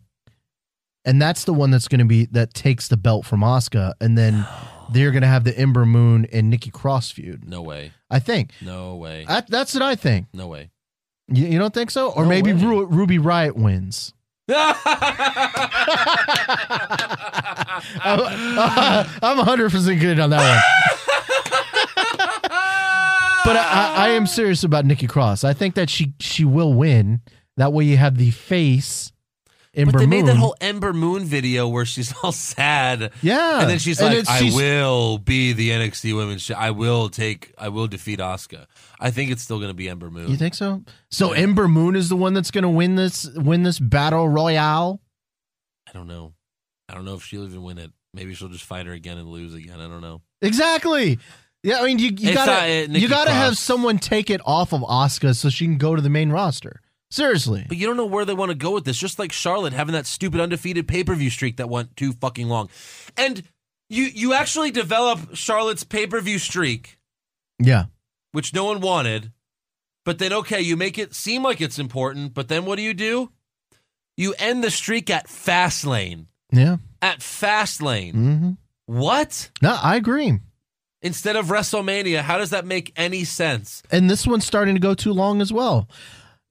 S2: and that's the one that's going to be that takes the belt from Oscar,
S1: (gasps)
S2: and then they're going to have the Ember Moon and Nikki Cross feud.
S1: No way.
S2: I think
S1: No way.
S2: I, that's what I think.
S1: No
S2: (laughs)
S1: way. (laughs)
S2: You, you don't think so, or
S1: No
S2: maybe
S1: way.
S2: Ru- Ruby Riot wins.
S1: (laughs)
S2: I'm, I'm 100% good on that one. But I, I, I am serious about Nikki Cross. I think that she she will win. That way you have the face Ember
S1: but they made that
S2: Moon.
S1: whole Ember Moon video where she's (laughs) all sad.
S2: Yeah.
S1: And then she's
S2: And
S1: like,
S2: it's-
S1: I
S2: she's-
S1: will be the NXT women's cha- I will take, I will defeat Asuka. I think it's still going to be Ember Moon.
S2: You think so? So Ember Moon is the one that's going to win this win this battle royale.
S1: I don't know. I don't know if she'll even win it. Maybe she'll just fight her again and lose again. I don't know.
S2: Exactly. Yeah, I mean you, you
S1: It's
S2: gotta
S1: not, uh, Nikki
S2: you gotta have
S1: Cross.
S2: someone take it off of Oscar so she can go to the main roster. Seriously.
S1: But you don't know where they want to go with this. Just like Charlotte having that stupid undefeated pay per view streak that went too fucking long, and you you actually develop Charlotte's pay per view streak,
S2: Yeah.
S1: which no one wanted. But then okay, you make it seem like it's important. But then what do you do? You end the streak at Fastlane.
S2: Yeah.
S1: At Fastlane,
S2: hmm
S1: what?
S2: No, I agree.
S1: Instead of WrestleMania, how does that make any sense?
S2: And this one's starting to go too long as well.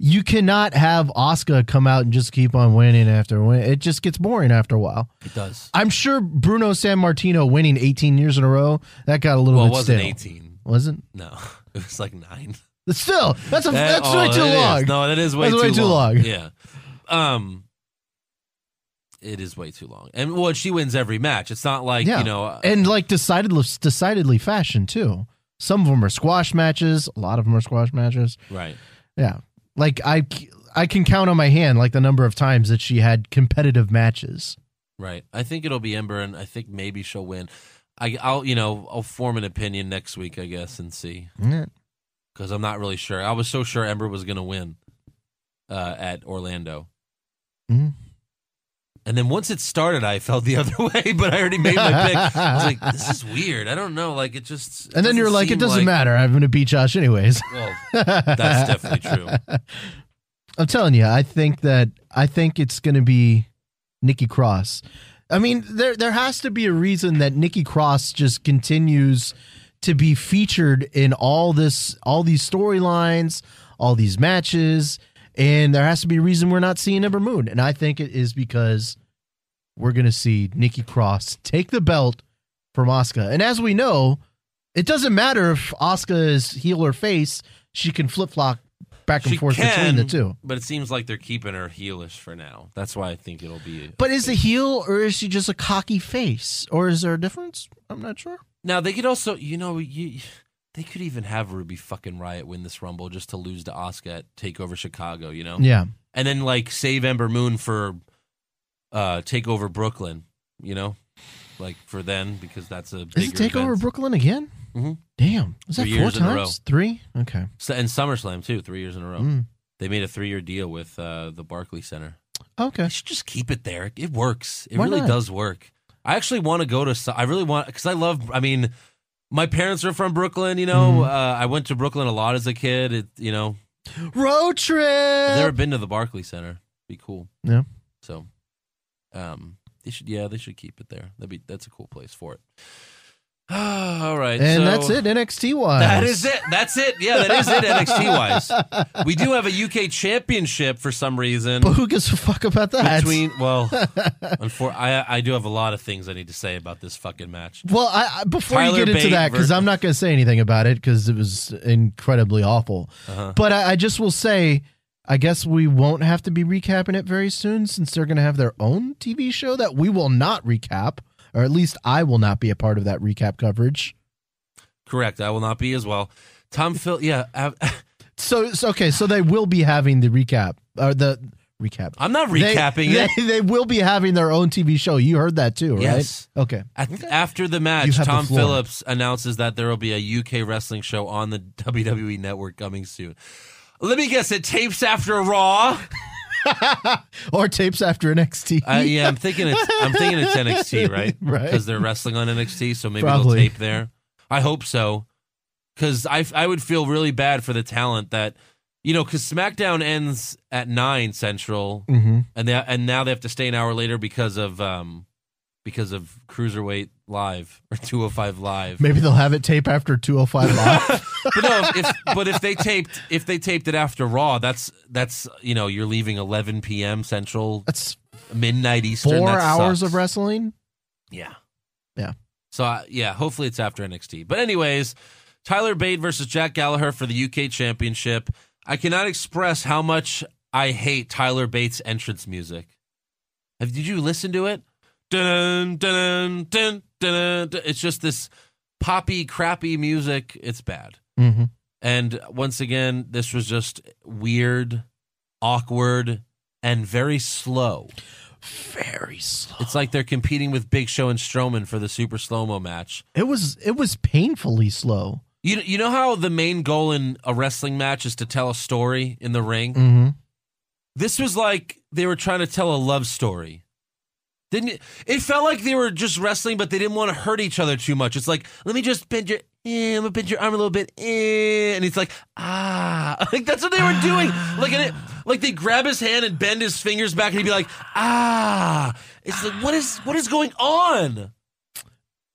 S2: You cannot have Oscar come out and just keep on winning after win. It just gets boring after a while.
S1: It does.
S2: I'm sure Bruno San Martino winning 18 years in a row that got a little
S1: Well, it
S2: bit
S1: wasn't
S2: stale.
S1: eighteen.
S2: Wasn't?
S1: No, (laughs) it was like nine.
S2: But still, that's a
S1: That-
S2: that's way
S1: oh,
S2: too
S1: that is.
S2: long.
S1: No, that is way,
S2: That's
S1: too,
S2: way too
S1: long.
S2: long.
S1: Yeah. Um it is way too long. And well, she wins every match. It's not like,
S2: Yeah.
S1: you know, uh,
S2: and like decidedly decidedly fashion too. Some of them are squash matches. A lot of them are squash matches.
S1: right.
S2: Yeah, like I c- I can count on my hand like the number of times that she had competitive matches.
S1: Right. I think it'll be Ember and I think maybe she'll win. I I'll, you know, I'll form an opinion next week, I guess, and see
S2: Yeah.
S1: cuz I'm not really sure. I was so sure Ember was going to win uh at Orlando.
S2: Mhm.
S1: And then once it started, I felt the (laughs) other way, but I already
S2: (laughs)
S1: made my pick. I was like, this is weird. I don't know. Like, it just. it
S2: And then you're
S1: doesn't
S2: like, it
S1: seem
S2: doesn't
S1: like-
S2: matter. I'm going to beat Josh anyways.
S1: Well,
S2: That's
S1: definitely true.
S2: (laughs) I'm telling you, I think that I think it's going to be Nikki Cross. I mean, there there has to be a reason that Nikki Cross just continues to be featured in all this all these storylines, all these matches, and there has to be a reason we're not seeing Ember Moon. And I think it is because we're going to see Nikki Cross take the belt from Asuka. And as we know, it doesn't matter if Asuka is heel or face, she can flip flop back and
S1: She
S2: forth between
S1: can,
S2: the two.
S1: But it seems like they're keeping her heelish for now. That's why I think it'll be.
S2: But is the heel or is she just a cocky face? Or is there a difference? I'm not sure.
S1: now they could also, you know, you they could even have Ruby fucking Riot win this Rumble just to lose to Oscar at Takeover Chicago, you know,
S2: Yeah.
S1: and then like save Ember Moon for uh Takeover Brooklyn, you know, like for then because that's a
S2: Is it
S1: bigger
S2: Takeover
S1: event.
S2: Brooklyn again?
S1: Mhm.
S2: Damn. Is that
S1: Three
S2: four
S1: years in a
S2: times? Three? Okay.
S1: So- and SummerSlam too, three years in a row.
S2: Mm.
S1: They made a three-year deal with uh the Barclay Center.
S2: Okay.
S1: I should just keep it there. It works. It
S2: Why
S1: really
S2: not?
S1: does work. I actually want to go to. so- I really want because I love. I mean, my parents are from Brooklyn. You know,
S2: Mhm.
S1: uh, I went to Brooklyn a lot as a kid. It, you know,
S2: Road trip.
S1: I've never been to the Barclay Center. Be cool.
S2: Yeah.
S1: So, um, they should. Yeah, they should keep it there. That'd be. That's a cool place for it. (sighs) All right,
S2: and
S1: so
S2: that's it, NXT wise.
S1: That is it. That's it. Yeah, that is it. NXT
S2: (laughs)
S1: wise, we do have a UK championship for some
S2: (laughs)
S1: reason.
S2: But who gives a fuck about that?
S1: between well unfor- I, I do have a lot of things i need to say about this fucking match
S2: Well, I, I- before
S1: Tyler
S2: you get into
S1: Bate
S2: that, because
S1: ver-
S2: I'm not going to say anything about it because it was incredibly awful.
S1: Uh-huh.
S2: But I, I just will say, I guess we won't have to be recapping it very soon since they're going to have their own TV show that we will not recap, or at least I will not be a part of that recap coverage.
S1: correct i will not be as well tom phil yeah I,
S2: So, so okay, so they will be having the recap or the recap.
S1: (laughs) i'm not
S2: They-
S1: recapping
S2: they,
S1: it
S2: They, will be having their own TV show. You heard that too, right?
S1: Yes.
S2: Okay. (laughs)
S1: At- after the
S2: You
S1: match
S2: have the
S1: tom
S2: floor.
S1: phillips announces that there will be a uk wrestling show on the (laughs) wwe network coming soon let me guess it tapes after raw
S2: or tapes after NXT.
S1: uh, yeah i'm thinking it's i'm thinking it's
S2: (laughs)
S1: nxt right
S2: Right.
S1: because they're wrestling on nxt so maybe
S2: Probably.
S1: they'll tape there i hope so because I, I would feel really bad for the talent that you know because smackdown ends at 9 central
S2: hmm
S1: and they and now they have to stay an hour later because of um because of cruiserweight live or 205 live
S2: Maybe they'll have it tape after 205 Live.
S1: but no if but if they taped if they taped it after raw that's that's you know you're leaving 11 p.m central
S2: That's
S1: midnight eastern
S2: four
S1: that
S2: hours
S1: sucks.
S2: of wrestling.
S1: Yeah.
S2: Yeah.
S1: So uh, yeah, hopefully it's after NXT. But anyways, Tyler Bate versus Jack Gallagher for the UK Championship. I cannot express how much I hate Tyler Bates' entrance music. Have did you listen to it? Dun, dun, dun, dun, dun. It's just this poppy, crappy music. It's bad.
S2: Mm-hmm.
S1: And once again, this was just weird, awkward, and very slow.
S2: Very slow.
S1: It's like they're competing with Big Show and Strowman for the super slow mo match.
S2: It was it was painfully slow.
S1: You you know how the main goal in a wrestling match is to tell a story in the ring.
S2: Mm-hmm.
S1: This was like they were trying to tell a love story. Didn't it, it felt like they were just wrestling, but they didn't want to hurt each other too much. It's like let me just bend your. Eh, I'm gonna bend your arm a little bit, eh, and it's like ah, (laughs) like that's what they were doing. Like and it, like they grab his hand and bend his fingers back, and he'd be like ah. It's like what is what is going on?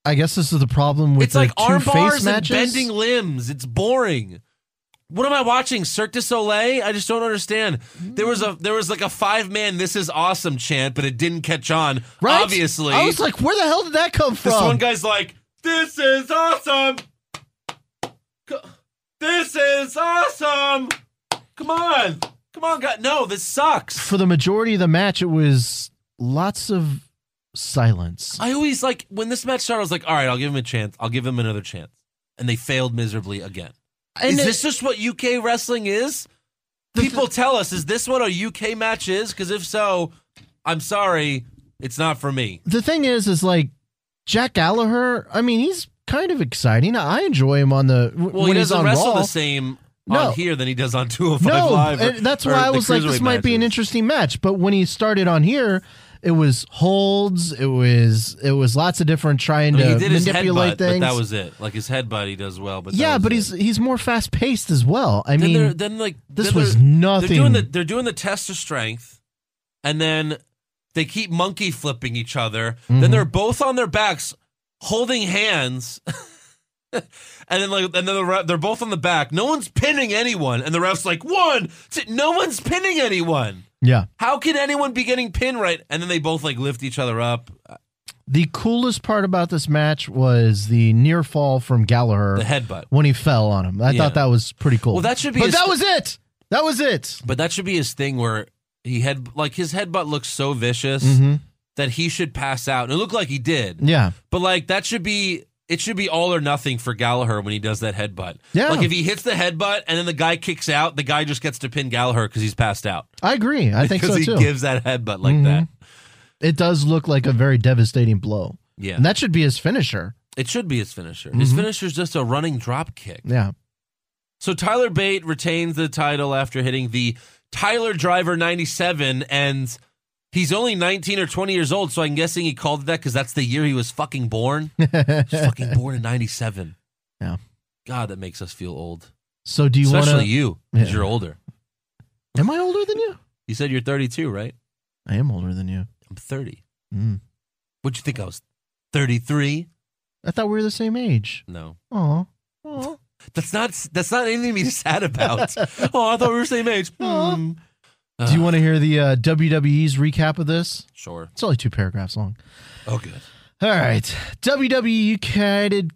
S2: I guess this is the problem with
S1: it's like
S2: the two
S1: arm
S2: face
S1: bars and
S2: matches.
S1: bending limbs. It's boring. What am I watching? Cirque du Soleil? I just don't understand. There was a there was like a five man "This is awesome" chant, but it didn't catch on.
S2: right?
S1: Obviously,
S2: I was like, where the hell did that come from?
S1: this one guy's like, "This is awesome. Co- This is awesome. Come on, come on, God! No, this sucks."
S2: For the majority of the match, it was lots of silence.
S1: I always like when this match started. I was like, "All right, I'll give him a chance. I'll give him another chance," and they failed miserably again.
S2: And
S1: is
S2: it-
S1: this just what UK wrestling is? People tell us, is this what a UK match is? Because if so, I'm sorry, it's not for me.
S2: the thing is, is like Jack Gallagher. I mean, he's kind of exciting. I enjoy him on the w-
S1: Well,
S2: when
S1: he
S2: he's
S1: doesn't
S2: on
S1: wrestle
S2: Raw.
S1: the same
S2: No.
S1: on here than he does on 205
S2: no,
S1: Live. or-
S2: and that's
S1: or
S2: why I
S1: the
S2: was like, this
S1: cruiserweight
S2: might be an
S1: matches.
S2: interesting match. But when he started on here, it was holds. It was it was lots of different trying
S1: I mean, he
S2: to
S1: did his
S2: manipulate
S1: headbutt,
S2: things.
S1: but that was it. Like his headbutt, he does well, but that
S2: yeah,
S1: was
S2: but
S1: it.
S2: he's he's more fast paced as well. I
S1: then they're
S2: mean,
S1: then like
S2: this
S1: then
S2: was
S1: they're-
S2: nothing.
S1: They're doing the they're doing the test of strength, and then they keep monkey flipping each other. Then
S2: Mhm.
S1: they're both on their backs, holding hands, (laughs) and then like and then the ref, they're both on the back. No one's pinning anyone, and the ref's like one. two," No one's pinning anyone.
S2: yeah.
S1: How can anyone be getting pinned right? And then they both like lift each other up. uh,
S2: The coolest part about this match was the near fall from Gallagher
S1: The headbutt.
S2: when he fell on him. I
S1: Yeah.
S2: thought that was pretty cool.
S1: Well, that should be
S2: But
S1: a
S2: that
S1: st-
S2: was it. That was it.
S1: But that should be his thing where he head like his headbutt looks so vicious
S2: Mhm.
S1: that he should pass out. And it looked like he did.
S2: Yeah.
S1: But like that should be it should be all or nothing for Gallagher when he does that headbutt.
S2: Yeah.
S1: Like if he hits the headbutt and then the guy kicks out, the guy just gets to pin Gallagher because he's passed out.
S2: I agree. I think so
S1: Because he
S2: too. Mm-hmm.
S1: gives that headbutt like that.
S2: it does look like a very devastating blow.
S1: Yeah.
S2: And that should be his finisher.
S1: it should be his finisher. His
S2: Mhm.
S1: finisher's just a running drop kick.
S2: Yeah. (laughs)
S1: So Tyler Bate retains the title after hitting the Tyler Driver 97 and he's only 19 or 20 years old, so I'm guessing he called it that cuz that's the year he was fucking born. He
S2: (laughs)
S1: was fucking born in 97.
S2: Yeah.
S1: God, that makes us feel old.
S2: so do you want
S1: Especially
S2: to?
S1: you, because
S2: Yeah.
S1: you're older.
S2: Am I older than you?
S1: You said you're 32, right?
S2: I am older than you.
S1: I'm 30.
S2: Mm.
S1: Would you think I was 33?
S2: I thought we were the same age.
S1: No,
S2: Aw.
S1: that's not that's not anything to be (laughs) sad about. oh, I thought we were the same age.
S2: Aw.
S1: Hmm.
S2: Do you want to hear the uh, WWE's recap of this?
S1: Sure.
S2: It's only two paragraphs long.
S1: Oh, good.
S2: All right. WWE United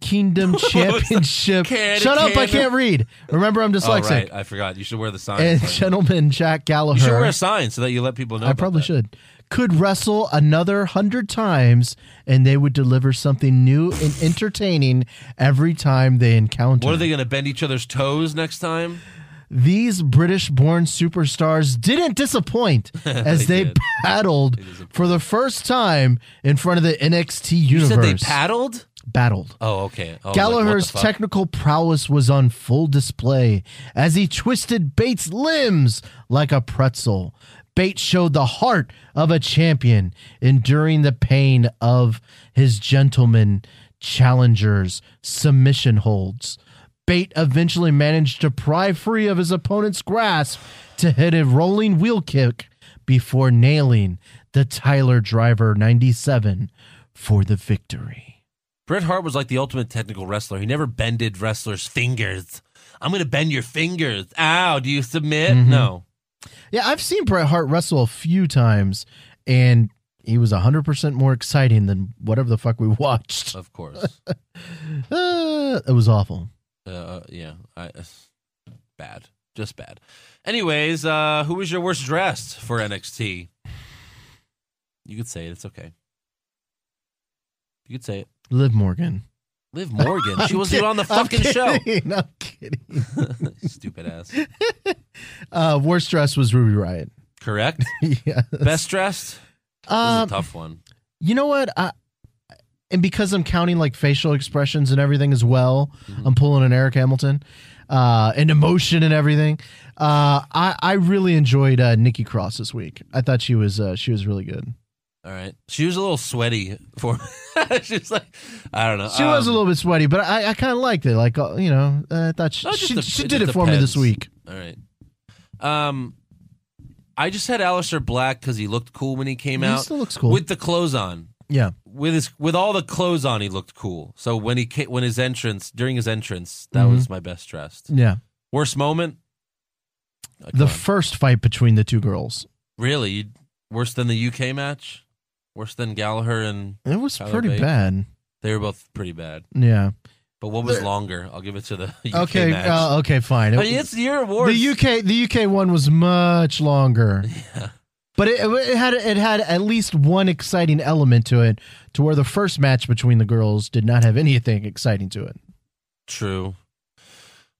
S1: (laughs)
S2: Kingdom Championship.
S1: Canada,
S2: Shut up. I
S1: Canada.
S2: can't read. Remember, I'm
S1: Oh,
S2: dyslexic.
S1: right. I forgot. You should wear the sign.
S2: And (laughs) gentleman Jack Gallagher.
S1: you should wear a sign so that you let people know.
S2: I
S1: about
S2: probably
S1: that.
S2: should. Could wrestle another hundred times, and they would deliver something new and entertaining every time they encounter.
S1: What are they going to bend each other's toes next time?
S2: These British-born superstars didn't disappoint
S1: (laughs)
S2: as
S1: They
S2: they,
S1: did.
S2: paddled for the first time in front of the NXT universe.
S1: You said they paddled.
S2: battled.
S1: Oh, okay. Oh, I was like, what the
S2: Gallagher's
S1: fuck?
S2: technical prowess was on full display as he twisted Bates' limbs like a pretzel. Bates showed the heart of a champion, enduring the pain of his gentleman challengers' submission holds. Bate eventually managed to pry free of his opponent's grasp to hit a rolling wheel kick before nailing the Tyler Driver 97 for the victory.
S1: Bret Hart was like the ultimate technical wrestler. He never bended wrestlers' fingers. I'm going to bend your fingers. Ow, do you submit?
S2: Mm-hmm.
S1: No.
S2: Yeah, I've seen Bret Hart wrestle a few times, and he was 100% more exciting than whatever the fuck we (laughs) watched.
S1: Of course. (laughs)
S2: Uh, it was awful.
S1: uh, yeah. I, uh, bad. Just bad. Anyways, uh, who was your worst dressed for NXT? You could say it. It's okay. You could say it.
S2: Liv Morgan.
S1: Liv
S2: (laughs)
S1: Morgan. She
S2: I'm
S1: wasn't even
S2: kid-
S1: on the fucking
S2: I'm
S1: show.
S2: kidding, I'm kidding.
S1: (laughs) Stupid ass.
S2: Uh, worst dress was Ruby Riot. (laughs)
S1: Correct.
S2: yeah.
S1: Best dressed. This is a
S2: Um,
S1: tough one.
S2: you know what? I, and because I'm counting like facial expressions and everything as well,
S1: Mhm.
S2: I'm pulling an Eric Hamilton, uh, and emotion and everything. Uh, I I really enjoyed uh, Nikki Cross this week. I thought she was uh, she was really good.
S1: All right. She was a little sweaty for. (laughs) she was like, I don't know.
S2: She was a
S1: Um,
S2: little bit sweaty, but I, I kind of liked it. Like uh, you know, uh, I thought she,
S1: No, it just
S2: she,
S1: dep-
S2: she
S1: it
S2: did
S1: just
S2: it for me this
S1: depends.
S2: week.
S1: All right. Um, I just had Alistair Black because he looked cool when he came
S2: He
S1: out
S2: still looks cool.
S1: with the clothes on.
S2: yeah,
S1: With his with all the clothes on, he looked cool. So when he ca when his entrance during his entrance, that
S2: Mhm.
S1: was my best dressed.
S2: yeah.
S1: Worst moment. Oh,
S2: The
S1: come on.
S2: first fight between the two girls,
S1: really you, worse than the UK match, worse than Gallagher and
S2: it was
S1: Tyler
S2: pretty
S1: Bate.
S2: bad.
S1: they were both pretty bad.
S2: Yeah.
S1: But what was
S2: There-
S1: longer? I'll give it to the (laughs) UK
S2: Okay.
S1: match.
S2: Uh, okay. Fine.
S1: I mean, it's your award.
S2: the UK the UK one was much longer,
S1: (laughs) Yeah.
S2: but it, it had it had at least one exciting element to it, to where the first match between the girls did not have anything exciting to it.
S1: True.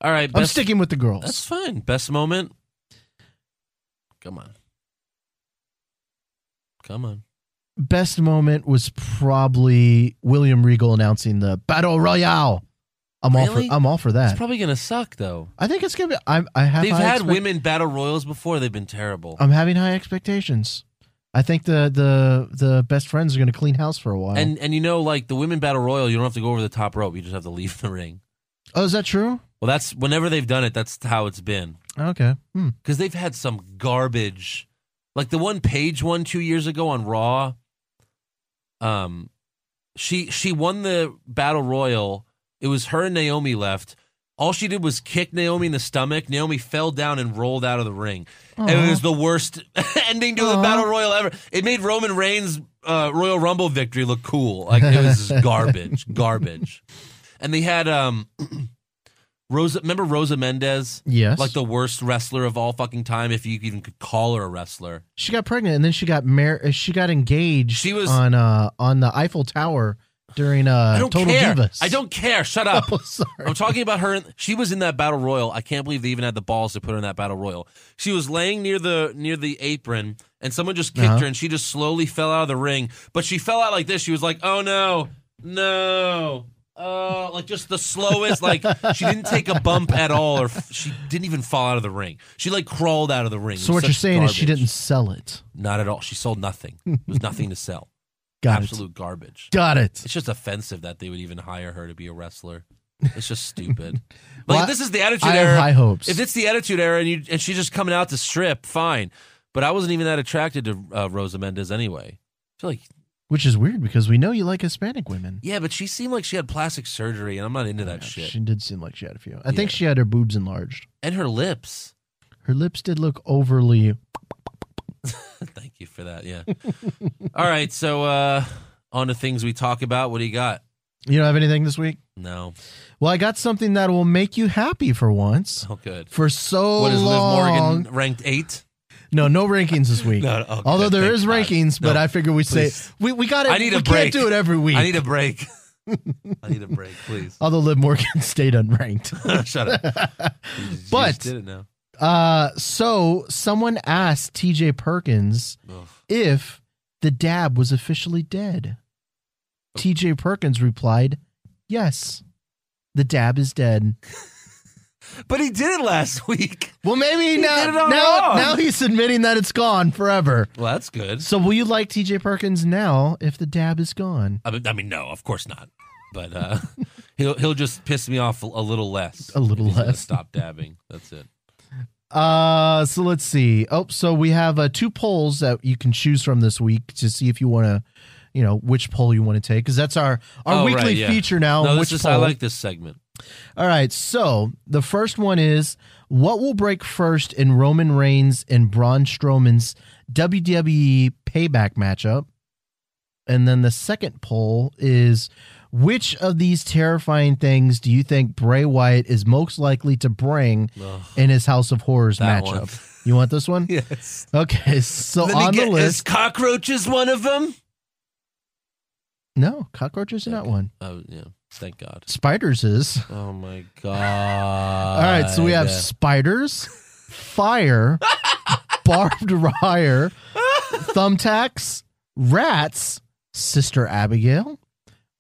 S1: All right.
S2: I'm
S1: best-
S2: sticking with the
S1: That's
S2: girls.
S1: fine. Best moment. Come on. Come on.
S2: Best moment was probably William Regal announcing the Battle Royale. I'm all
S1: Really?
S2: for I'm all for
S1: It's
S2: that.
S1: probably gonna suck though.
S2: I think it's gonna be. I, I have.
S1: They've
S2: high
S1: had
S2: expect- Oh,
S1: women battle royals before. They've been terrible.
S2: I'm having high expectations. I think the the the best friends are gonna clean house for a while.
S1: and and you know, like the women battle royal, you don't have to go over the top rope. You just have to leave the ring.
S2: oh, is that true?
S1: Well, that's whenever they've done it. That's how it's been.
S2: Okay. Hmm.
S1: because they've had some garbage, like the one Paige won two years ago on Raw. Um, she she won the battle royal. It was her and Naomi left. All she did was kick Naomi in the stomach. Naomi fell down and rolled out of the ring. And it was the worst (laughs) ending to
S2: Aw.
S1: the battle royal ever. It made Roman Reigns' uh, Royal Rumble victory look cool. Like it was just garbage, garbage. And they had um, (clears throat) Rosa. Remember Rosa Mendez?
S2: Yes.
S1: like the worst wrestler of all fucking time if you even could call her a wrestler.
S2: She got pregnant and then she got mar- uh, she got engaged
S1: She was-
S2: on uh on the Eiffel Tower during uh
S1: I don't
S2: Total
S1: care.
S2: Divas.
S1: I don't care. Shut up.
S2: (laughs) oh, sorry.
S1: I'm talking about her. in- She was in that battle royal. I can't believe they even had the balls to put her in that battle royal. She was laying near the near the apron, and someone just kicked
S2: Uh-huh.
S1: her, and she just slowly fell out of the ring. But she fell out like this. She was like, "Oh no, no." Oh, like just the slowest. Like she didn't take a bump at all, or f- she didn't even fall out of the ring. She like crawled out of the ring. It
S2: so
S1: was
S2: what you're
S1: such
S2: saying is she
S1: garbage.
S2: didn't sell it.
S1: Not at all. She sold
S2: (laughs)
S1: nothing. There was nothing to sell.
S2: Got
S1: absolute garbage.
S2: it. Got it.
S1: It's just offensive that they would even hire her to be a wrestler. It's just
S2: (laughs)
S1: stupid. like
S2: Well, I-
S1: this is the attitude
S2: I
S1: era.
S2: have high hopes.
S1: if it's the attitude era and you and she's just coming out to strip, fine. But I wasn't even that attracted to uh, Rosa Mendez anyway. I feel like
S2: Which is weird because we know you like Hispanic women.
S1: yeah, but she seemed like she had plastic surgery, and I'm not into that
S2: Yeah,
S1: shit.
S2: She did seem like she had a few. I
S1: Yeah.
S2: think she had her boobs enlarged.
S1: and her lips. (laughs)
S2: Her lips did look overly
S1: Thank you for that.
S2: (laughs)
S1: Yeah. All right. So uh on to things we talk about. What do you got?
S2: You don't have anything this week?
S1: No.
S2: Well, I got something that will make you happy for once.
S1: Oh, good.
S2: For so
S1: what is
S2: long.
S1: Liv Morgan ranked eight?
S2: No, no rankings this week.
S1: (laughs) No, no, okay,
S2: Although there
S1: thank
S2: is
S1: God.
S2: rankings, but
S1: No,
S2: I figure we say
S1: please.
S2: we, we got it.
S1: I need a
S2: we
S1: break.
S2: can't do it every week.
S1: I need a break. (laughs) I need a break,
S2: (laughs)
S1: please.
S2: Although Liv Morgan stayed
S1: (laughs)
S2: unranked.
S1: Shut up.
S2: (laughs)
S1: You just- you
S2: Oh. But-
S1: just did it now.
S2: Uh, so someone asked TJ Perkins
S1: Ugh.
S2: if the dab was officially dead. TJ Perkins replied, "Yes, the dab is dead."
S1: But he did it last week.
S2: Well, maybe now
S1: did it all
S2: now,
S1: wrong.
S2: now he's admitting that it's gone forever.
S1: (laughs) Well, that's good.
S2: So will you like TJ Perkins now if the dab is gone?
S1: I mean, I mean, no, of course not. But uh, (laughs) he'll he'll just piss me off a, a little less.
S2: A little
S1: He's gonna
S2: less.
S1: Stop dabbing. That's it.
S2: Uh, so let's see. Oh, so we have uh, two polls that you can choose from this week to see if you want to, you know, which poll you want to take because that's our our
S1: Oh,
S2: weekly
S1: right, yeah.
S2: feature now.
S1: no,
S2: which
S1: this is,
S2: poll?
S1: I like this segment.
S2: All right. So the first one is what will break first in Roman Reigns and Braun Strowman's WWE Payback matchup, and then the second poll is. Which of these terrifying things do you think Bray Wyatt is most likely to bring
S1: Ugh,
S2: in his House of Horrors
S1: that
S2: matchup?
S1: one. (laughs)
S2: You want this one?
S1: Yes.
S2: Okay, so
S1: Let me
S2: on the
S1: get-
S2: list,
S1: Is cockroaches one of them?
S2: no, cockroaches are not one.
S1: Oh, yeah. Thank God.
S2: Spiders is.
S1: Oh, my God.
S2: All right,
S1: Uh,
S2: so we have spiders, fire, (laughs) barbed wire, thumbtacks, rats, Sister Abigail,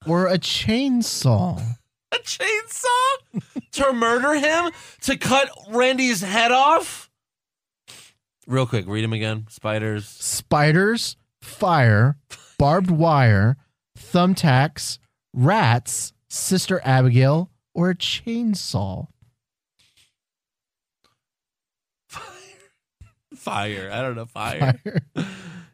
S2: or a chainsaw.
S1: (laughs) a chainsaw to murder him to cut Randy's head off. Real quick, read him again. Spiders.
S2: Spiders, fire, barbed wire, thumbtacks, rats, Sister Abigail, or a chainsaw.
S1: (laughs) Fire. I don't know. Fire.
S2: Fire.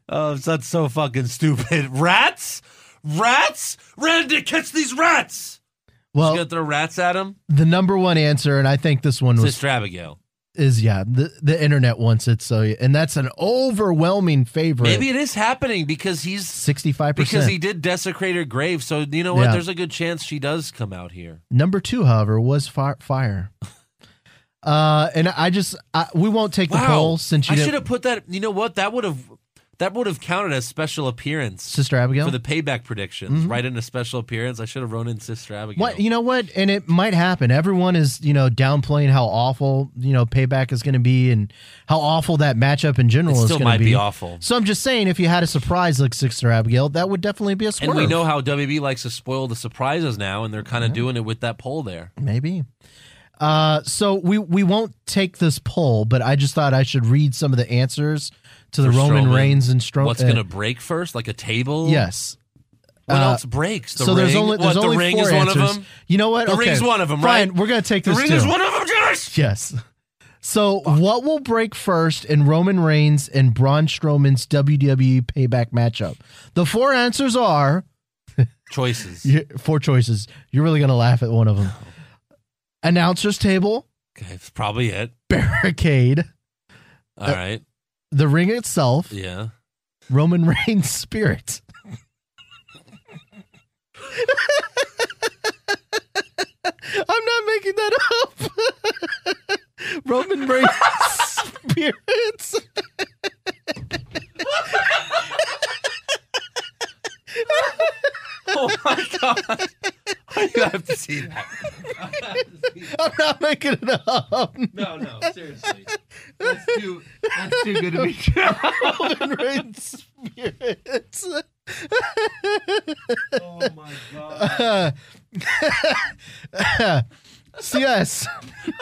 S1: Oh, that's so fucking stupid. Rats? Rats? Randy, catch these rats! She's
S2: Well,
S1: gonna throw rats at him?
S2: the number one answer, and I think this one was
S1: Sister Abigail.
S2: is yeah. The the internet wants it, so and that's an overwhelming favorite.
S1: Maybe it is happening because he's
S2: Sixty-five
S1: because
S2: percent.
S1: he did desecrate her grave. So you know what?
S2: Yeah.
S1: There's a good chance she does come out here.
S2: Number two, however, was fire.
S1: (laughs)
S2: fire. Uh, and I just I, we won't take the
S1: Wow.
S2: poll since you
S1: I should
S2: didn't,
S1: have put that. You know what? That would have that would have counted as special appearance.
S2: Sister Abigail.
S1: for the payback predictions.
S2: Mhm.
S1: Right in a special appearance, I should have run in Sister Abigail.
S2: what you know what, and it might happen. Everyone is you know downplaying how awful you know payback is going to be and how awful that matchup in
S1: it
S2: general is
S1: still
S2: going
S1: might
S2: to
S1: be.
S2: be.
S1: awful.
S2: So I'm just saying, if you had a surprise like Sister Abigail, that would definitely be a swerve. Mm-hmm.
S1: And we know how WB likes to spoil the surprises now, and they're kind of doing it with that poll there.
S2: Maybe. Uh, so we we won't take this poll, but I just thought I should read some of the answers to the
S1: For
S2: Roman
S1: Strowman.
S2: Reigns and Strowman. uh,
S1: What's going to break first? Like a table?
S2: Yes.
S1: What
S2: Uh,
S1: else breaks? The
S2: so
S1: ring?
S2: there's only there's
S1: what,
S2: only
S1: the ring
S2: four
S1: is
S2: answers.
S1: one of them?
S2: You know what?
S1: The
S2: Okay.
S1: ring's one of 'em,
S2: Fine,
S1: right?
S2: we're gonna take
S1: The
S2: this
S1: ring
S2: too.
S1: is one of them, yes!
S2: yes. So what will break first in Roman Reigns and Braun Strowman's WWE Payback matchup? The four answers are
S1: Choices.
S2: you- four choices. You're really gonna laugh at one of them. Announcers table, (laughs)
S1: Okay, it's probably it.
S2: barricade, Uh,
S1: All right.
S2: the ring itself, (laughs)
S1: Yeah.
S2: Roman Reigns spirit. I'm not making that up. Roman Reigns spirits.
S1: Oh my god! (laughs) You have to see that. I have to see that.
S2: I'm not making it up.
S1: No, (laughs) no, seriously. That's too. That's too good to be true.
S2: Roman Reigns spirits.
S1: Oh my god.
S2: Uh, CS.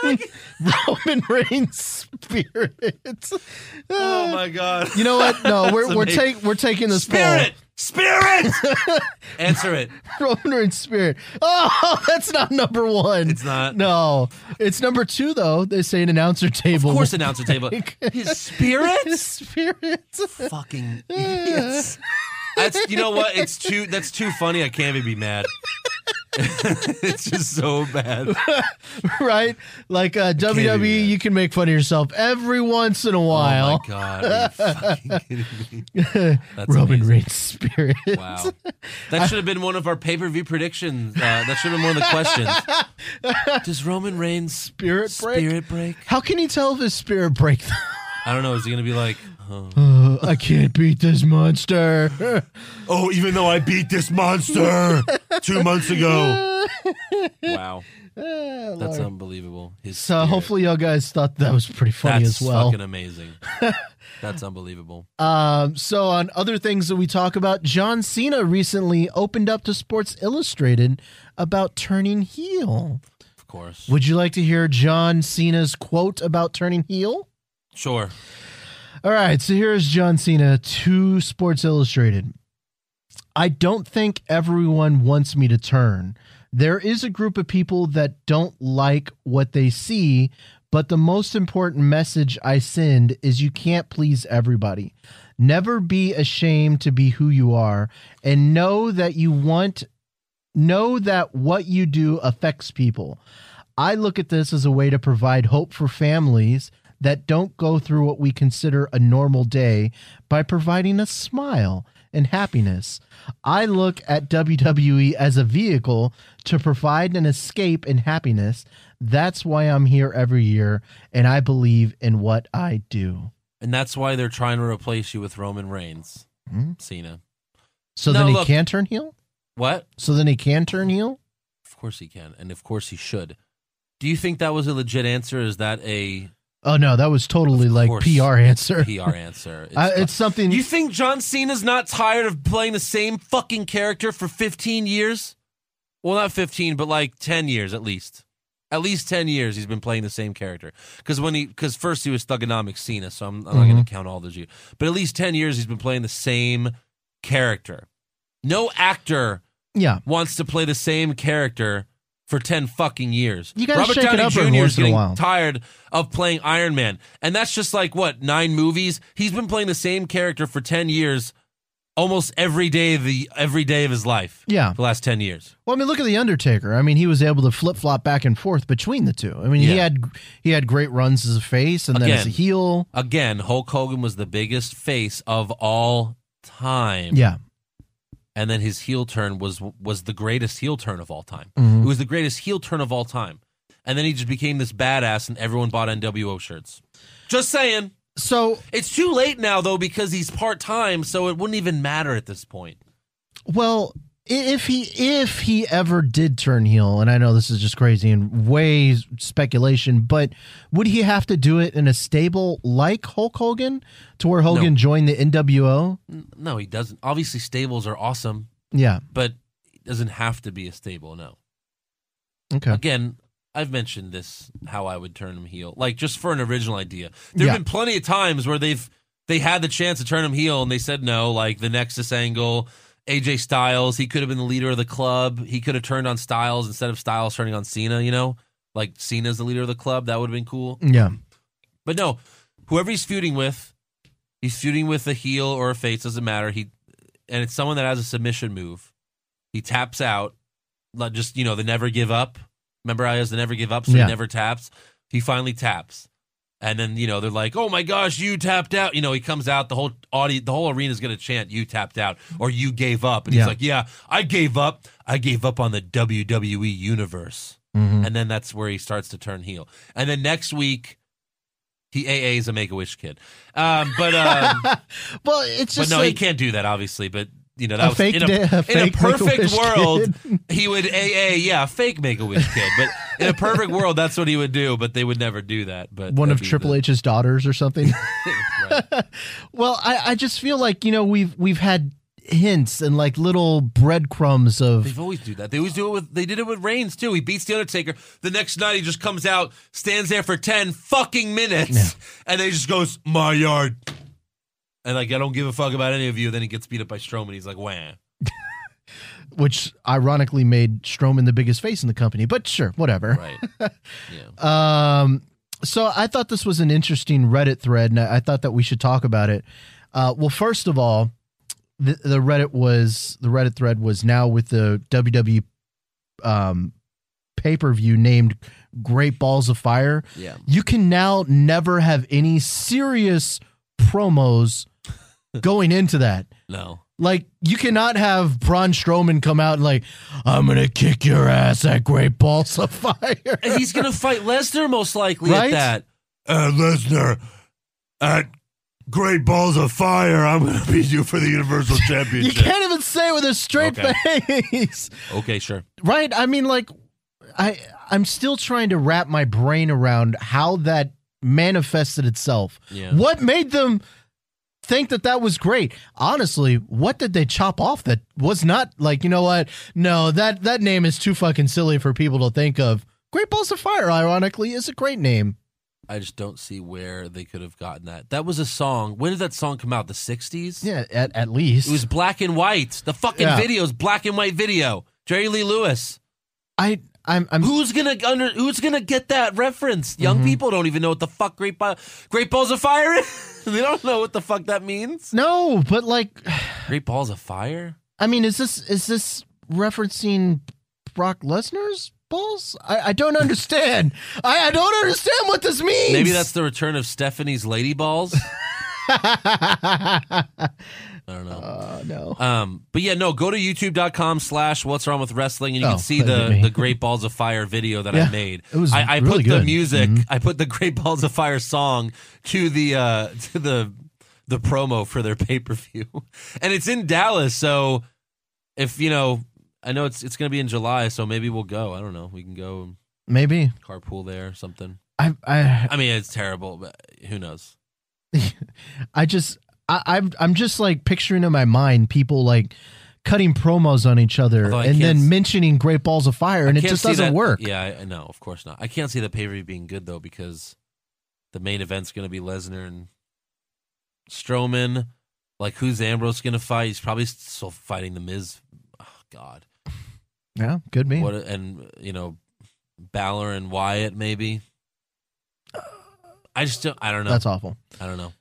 S2: Roman Reigns spirits.
S1: Oh my god.
S2: You know what? No, we're
S1: That's
S2: we're
S1: amazing.
S2: take we're taking this
S1: Spirit!
S2: (laughs)
S1: Spirit! Answer it.
S2: poll. Roman Reigns spirit. Oh, (laughs) that's not number one.
S1: It's not.
S2: No, it's number two though. They say an announcer
S1: Of
S2: table.
S1: course, announcer
S2: (laughs)
S1: table. His spirit?
S2: spirit.
S1: Fucking idiots. That's you know what? It's too that's too funny. I can't even be mad. (laughs) it's just so bad.
S2: (laughs)
S1: Oh
S2: right? Like uh,
S1: do
S2: WWE,
S1: that.
S2: you can make fun of yourself every once in a
S1: Oh
S2: while.
S1: my god. Are you fucking kidding me?
S2: (laughs)
S1: That's
S2: Roman
S1: amazing.
S2: Reigns spirit.
S1: Wow. That should have been one of our pay per view predictions. Uh, that should have been one of the questions.
S2: (laughs)
S1: Does Roman Reigns
S2: Spirit break.
S1: spirit break?
S2: How can you tell if his spirit break?
S1: I don't know. Is he going to be like, oh.
S2: Uh, I can't beat this monster. (laughs)
S1: Oh, even though I beat this monster two months ago. wow, that's
S2: That's
S1: unbelievable. His
S2: so
S1: spirit.
S2: hopefully y'all guys thought that was pretty funny
S1: that's
S2: as well.
S1: fucking
S2: (laughs)
S1: amazing. that's unbelievable.
S2: Um, so on other things that we talk about, John Cena recently opened up to Sports Illustrated about turning heel.
S1: Of course.
S2: Would you like to hear John Cena's quote about turning heel?
S1: Sure.
S2: All right, so here's John Cena to Sports Illustrated. I don't think everyone wants me to turn. There is a group of people that don't like what they see, but the most important message I send is you can't please everybody. Never be ashamed to be who you are and know that you want know that what you do affects people. I look at this as a way to provide hope for families that don't go through what we consider a normal day by providing a smile and happiness. I E look at WWE as a vehicle to provide an escape and happiness That's why I'm here every year, and I believe in what I do.
S1: And that's why they're trying to replace you with Roman Reigns,
S2: Hmm?
S1: Cena.
S2: So
S1: No,
S2: then he
S1: look-
S2: can turn heel.
S1: What?
S2: So then he can turn heel.
S1: Of course he can, and of course he should. Do you think that was a legit answer? Is that a
S2: Oh no, that was totally
S1: Of
S2: like
S1: course.
S2: PR answer.
S1: PR
S2: (laughs)
S1: answer?
S2: Uh, it's something.
S1: You think John Cena's not tired of playing the same fucking character for 15 years? Well, not 15, but like 10 years at least. At least 10 years he's been playing the same character. Because when he, because first he was Thugonomic Cena, so I'm, I'm not going to count all those years. But at least 10 years he's been playing the same character. No actor
S2: yeah,
S1: wants to play the same character for 10 fucking years.
S2: You gotta
S1: Robert
S2: shake it
S1: Downey
S2: up
S1: Jr.
S2: every
S1: is
S2: once in a
S1: getting
S2: while.
S1: tired of playing Iron Man. And that's just like, what, nine movies? He's been playing the same character for 10 years almost every day of the every day of his life
S2: yeah.
S1: for the last 10 years.
S2: Well, I mean, look at the Undertaker. I mean, he was able to flip flop back and forth between the two. I mean, he
S1: Yeah.
S2: had he had great runs as a face and then as a
S1: Again.
S2: heel.
S1: Again, Hulk Hogan was the biggest face of all time.
S2: Yeah,
S1: And then his heel turn was was the greatest heel turn of all time.
S2: Mhm.
S1: It was the greatest heel turn of all time. And then he just became this badass and everyone bought NWO shirts. Just saying.
S2: So,
S1: It's too late now though because he's part time, so it wouldn't even matter at this point.
S2: well, i- if he if he ever did turn heel, and I know this is just crazy and way speculation, but would he have to do it in a stable like Hulk Hogan, to where Hogan joined the NWO?
S1: N- No, he doesn't. Obviously, stables are awesome,
S2: Yeah.
S1: but it doesn't have to be a stable. No.
S2: Okay.
S1: Again, I've mentioned this how I would turn him heel, like just for an original idea. There've
S2: Yeah.
S1: been plenty of times where they've they had the chance to turn him heel and they said no, like the Nexus angle. AJ Styles, he could have been the leader of the club. He could have turned on Styles instead of Styles turning on Cena, you know? Like Cena's the leader of the club. That would have been cool.
S2: Yeah.
S1: But no, whoever he's feuding with, he's feuding with a heel or a face, doesn't matter. He and it's someone that has a submission move. He taps out, like just you know the never give up. Remember, I has the never give up, so
S2: Yeah.
S1: he never taps. He finally taps, and then you know they're like, "Oh my gosh, you tapped out!" You know, he comes out, the whole audience, the whole arena's gonna chant, "You tapped out" or "You gave up," and
S2: Yeah.
S1: he's like, "Yeah, I gave up. I gave up on the WWE universe."
S2: hmm
S1: Mm-hmm. and then that's where he starts to turn heel. And then next week, he AA's a Make a Wish kid. Um, but
S2: (laughs)
S1: um,
S2: (laughs) well, it's
S1: but
S2: just
S1: no, he
S2: like
S1: can't do that, obviously. But you know, that
S2: a
S1: was
S2: fake,
S1: in a,
S2: da- a
S1: in a
S2: fake
S1: perfect
S2: Make-A-Wish (laughs)
S1: world,
S2: kid.
S1: he would AA, yeah, fake Make a Wish kid. But in a perfect world, that's what he would do. But they would never do that. But
S2: one
S1: that'd
S2: of
S1: be
S2: Triple
S1: the-
S2: H's daughters
S1: (laughs)
S2: or something.
S1: right.
S2: well, I, I just feel like you know we've we've had hints and like little breadcrumbs of
S1: They've always do that. They always do it with. They did it with Reigns too. He beats the Undertaker. The next night, he just comes out, stands there for ten fucking minutes, and then he just goes my yard. And like, I don't give a fuck about any of you. Then he gets beat up by Strowman. He's like, wham.
S2: which ironically made Strowman the biggest face in the company. But sure, whatever. (laughs)
S1: Right. yeah.
S2: Um, so I thought this was an interesting Reddit thread, and I, I thought that we should talk about it. Uh, well, first of all, the, the Reddit was the Reddit thread was now with the WWE um, pay per view named Great Balls of Fire.
S1: Yeah.
S2: you can now never have any serious promos going into that.
S1: No.
S2: Like you cannot have Braun Strowman come out and like, I'm gonna kick your ass at Great Balls of Fire.
S1: And he's gonna fight Lesnar most likely
S2: Right?
S1: at that. And Lesnar Uh, at Great Balls of Fire. I'm gonna beat (laughs) you for the Universal
S2: You
S1: Championship.
S2: can't even say it with a straight face,
S1: okay, sure.
S2: right? I mean, like, I I'm still trying to wrap my brain around how that manifested itself.
S1: Yeah.
S2: What made them think that that was great? Honestly, what did they chop off that was not like, you know what? No, that that name is too fucking silly for people to think of. Great Balls of Fire, ironically, is a great name.
S1: I just don't see where they could have gotten that. That was a song. When did that song come out? The 60s?
S2: Yeah, at, at least.
S1: It was black and white. The fucking
S2: Yeah.
S1: video's black and white video. Jerry Lee Lewis.
S2: I I'm I'm
S1: Who's gonna under, Who's gonna get that reference? Young people don't even know what the fuck Great Ball, Great Balls of Fire is. (laughs) they don't know what the fuck that means.
S2: No, but like
S1: Great Balls of Fire.
S2: I mean, is this is this referencing Brock Lesnar's balls? I, I don't understand. I, I don't understand what this means.
S1: Maybe that's the return of Stephanie's Lady Balls. (laughs) I don't know.
S2: (laughs) Uh, no.
S1: Um, but yeah, no, go to youtube.com slash what's wrong with wrestling and you
S2: Oh,
S1: can see
S2: that'd be
S1: the,
S2: me.
S1: the Great Balls of Fire video that
S2: Yeah,
S1: I made.
S2: it was
S1: I, I
S2: really
S1: put the
S2: good. Mm-hmm.
S1: music I put the Great Balls of Fire song to the uh to the the promo for their pay per view. (laughs) And it's in Dallas, so if you know I know it's it's gonna be in July, so maybe we'll go. I don't know. We can go and
S2: Maybe.
S1: carpool there or something.
S2: I I (laughs)
S1: I mean it's terrible, but who knows?
S2: I just I, I'm I'm just like picturing in my mind people like cutting promos on each other
S1: Although I
S2: and
S1: can't
S2: then
S1: s-
S2: mentioning Great Balls of Fire and it
S1: Can't
S2: just
S1: see
S2: doesn't
S1: that-
S2: work.
S1: Yeah, I, I know, of course not. I can't see the pay per view being good though because the main event's going to be Lesnar and Strowman. Like, who's Ambrose going to fight? He's probably still fighting the Miz. Oh, God,
S2: Yeah, could be.
S1: what? a- And you know, Balor and Wyatt maybe. I just don't. I don't know.
S2: That's awful.
S1: I don't know.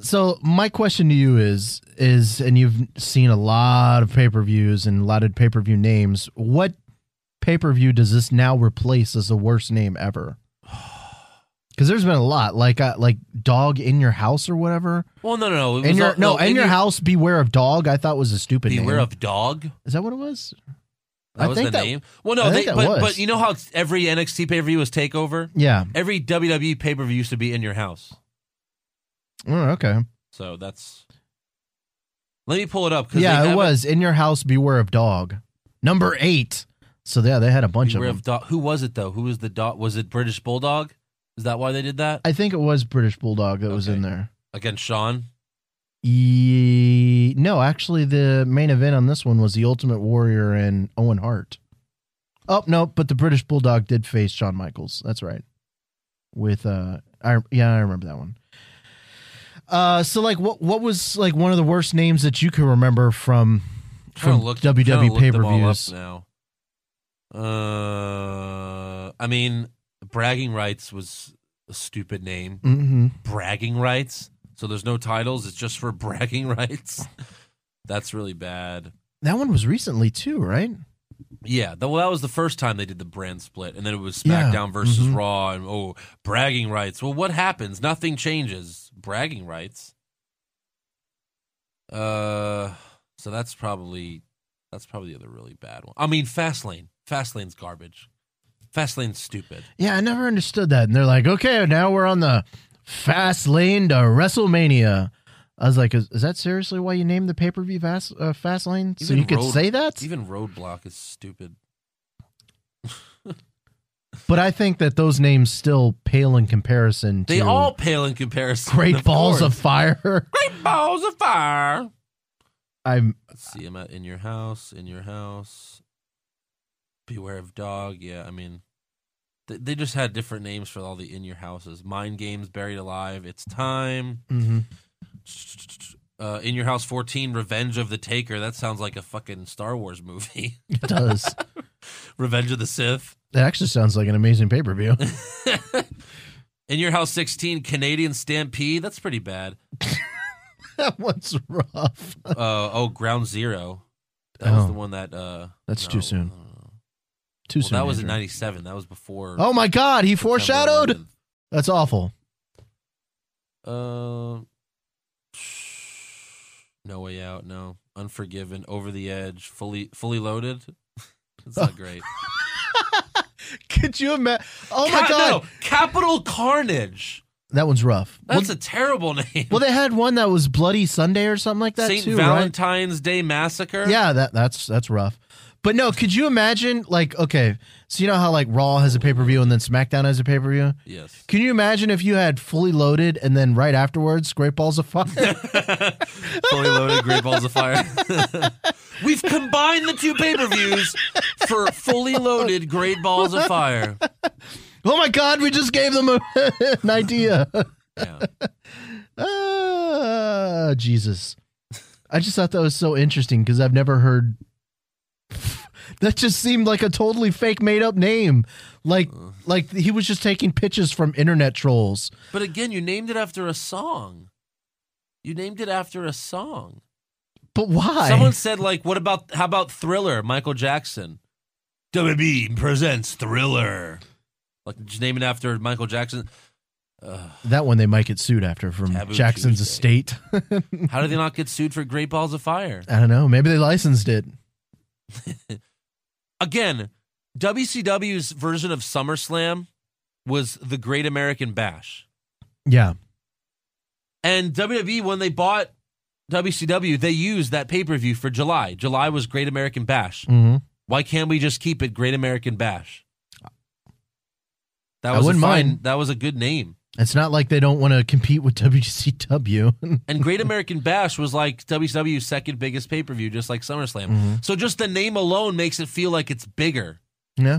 S2: So my question to you is is and you've seen a lot of pay-per-views and a lot of pay-per-view names. What pay-per-view does this now replace as the worst name ever? (sighs) Cuz there's been a lot like uh, like dog in your house or whatever.
S1: Well, no, no, no. It was
S2: In your
S1: all-
S2: no, in, your
S1: house.
S2: house beware of dog I thought was a stupid name.
S1: Beware of dog.
S2: Is that what it was?
S1: That was the name. Well, no,
S2: I
S1: they,
S2: think
S1: but
S2: that was.
S1: but you know how it's- every NXT pay per view was takeover.
S2: Yeah.
S1: Every WWE pay per view used to be in your house.
S2: Oh, okay.
S1: So that's. Let me pull it up. 'cause they
S2: Yeah,
S1: have
S2: it was in your house. Beware of dog. Number eight. So yeah, they had a bunch
S1: Beware
S2: of them.
S1: of dog. Who was it though? Who was the dog? Was it British Bulldog? Is that why they did that
S2: I think it was British bulldog that was
S1: Okay.
S2: in there.
S1: against Sean?
S2: Ye- no, actually, the main event on this one was the Ultimate Warrior and Owen Hart. Oh no, but the British bulldog did face Shawn Michaels. That's right. With uh, I yeah, I remember that one. Uh, so like, what what was like one of the worst names that you can remember from
S1: Trying
S2: from E
S1: to look- trying to
S2: WWE
S1: look
S2: pay
S1: them
S2: per
S1: all up
S2: views?
S1: now. Uh, I mean, bragging rights was a stupid name.
S2: Mm-hmm.
S1: Bragging rights. So there's no titles. It's just for bragging (laughs) rights. That's really bad.
S2: That one was recently too, right?
S1: Yeah, the, well, that was the first time they did the brand split, and then it was
S2: Yeah,
S1: SmackDown versus
S2: mhm.
S1: Raw, and oh, bragging rights. Well, what happens? Nothing changes. Bragging rights. Uh, so that's probably that's probably the other really bad one. I mean, Fastlane. Fastlane's garbage. Fastlane's stupid.
S2: Yeah, I never understood that. And they're like, okay, now we're on the fast lane to WrestleMania. I was like, is, is that seriously why you named the pay per view fast uh, fast lane? so
S1: Even
S2: you could
S1: Road-
S2: say that.
S1: Even Roadblock is stupid.
S2: but I think that those names still pale in comparison.
S1: They
S2: to
S1: all pale in comparison.
S2: great balls of
S1: course.
S2: fire. (laughs)
S1: great balls of fire.
S2: I'm
S1: Let's see, I'm at in your house, in your house. Beware of dog. Yeah, I mean, they, they just had different names for all the in your houses. Mind games, buried alive. It's time.
S2: mhm.
S1: Uh, in your house 14, Revenge of the Taker. That sounds like a fucking Star Wars movie. (laughs)
S2: it does.
S1: Revenge of the Sith. (laughs)
S2: that actually sounds like an amazing pay per view.
S1: in your house 16, Canadian Stampede. That's pretty bad.
S2: (laughs) that one's rough.
S1: Uh, oh, Ground Zero. That was
S2: Oh.
S1: the one that. Uh,
S2: That's too soon.
S1: no, no, no.
S2: Too
S1: well,
S2: soon.
S1: that was in
S2: Andrew.
S1: 97. That was before.
S2: Oh my God, he
S1: September
S2: foreshadowed.
S1: 11th. (laughs)
S2: That's awful.
S1: Um, no way out. No, Unforgiven, Over the Edge, fully fully loaded. (laughs) It's
S2: (laughs)
S1: not great.
S2: Could you imagine? Oh my
S1: Ca-
S2: God,
S1: no, Capital Carnage.
S2: that one's rough. Well,
S1: That's a terrible name.
S2: Well, they had one that was Bloody Sunday or something like that
S1: Saint
S2: too,
S1: Valentine's Day Massacre.
S2: right? Yeah, that that's that's rough. But no, could you imagine? Like, okay, so you know how like Raw has a pay per view and then SmackDown has a pay per view.
S1: Yes. (laughs)
S2: Can you imagine if you had Fully Loaded and then right afterwards Great Balls
S1: (laughs)
S2: of Fire?
S1: fully loaded. Great balls of fire. (laughs) We've combined the two pay per views for fully loaded. Great balls of
S2: (laughs)
S1: fire.
S2: oh my God, we just gave them a, (laughs) an idea.
S1: Yeah.
S2: (laughs) Ah, Jesus, I just thought that was so interesting because I've never heard. (laughs) That just seemed like a totally fake, made up name. Like, like he was just taking pitches from internet trolls.
S1: But again, you named it after a song. You named it after a song.
S2: But why?
S1: Someone said, like, what about how about Thriller, Michael Jackson? WB presents Thriller. Like just name it after Michael Jackson. Uh,
S2: that one they might get sued after from
S1: Taboo
S2: Jackson's
S1: Tuesday.
S2: estate. (laughs)
S1: How did they not get sued for Great Balls of Fire?
S2: I don't know. Maybe they licensed it.
S1: Again, WCW's version of SummerSlam was the Great American Bash.
S2: Yeah.
S1: And WWE, when they bought WCW, they used that pay per view for July. July was Great American Bash.
S2: Mm-hmm.
S1: Why can't we just keep it Great American Bash? That
S2: I
S1: was a
S2: wouldn't
S1: fine-
S2: mind.
S1: That was a good name.
S2: It's not like they don't want to compete with (laughs) WCW.
S1: And Great American Bash was like WCW's second biggest pay per view, just like SummerSlam. So just the name alone makes it feel like it's bigger.
S2: Yeah.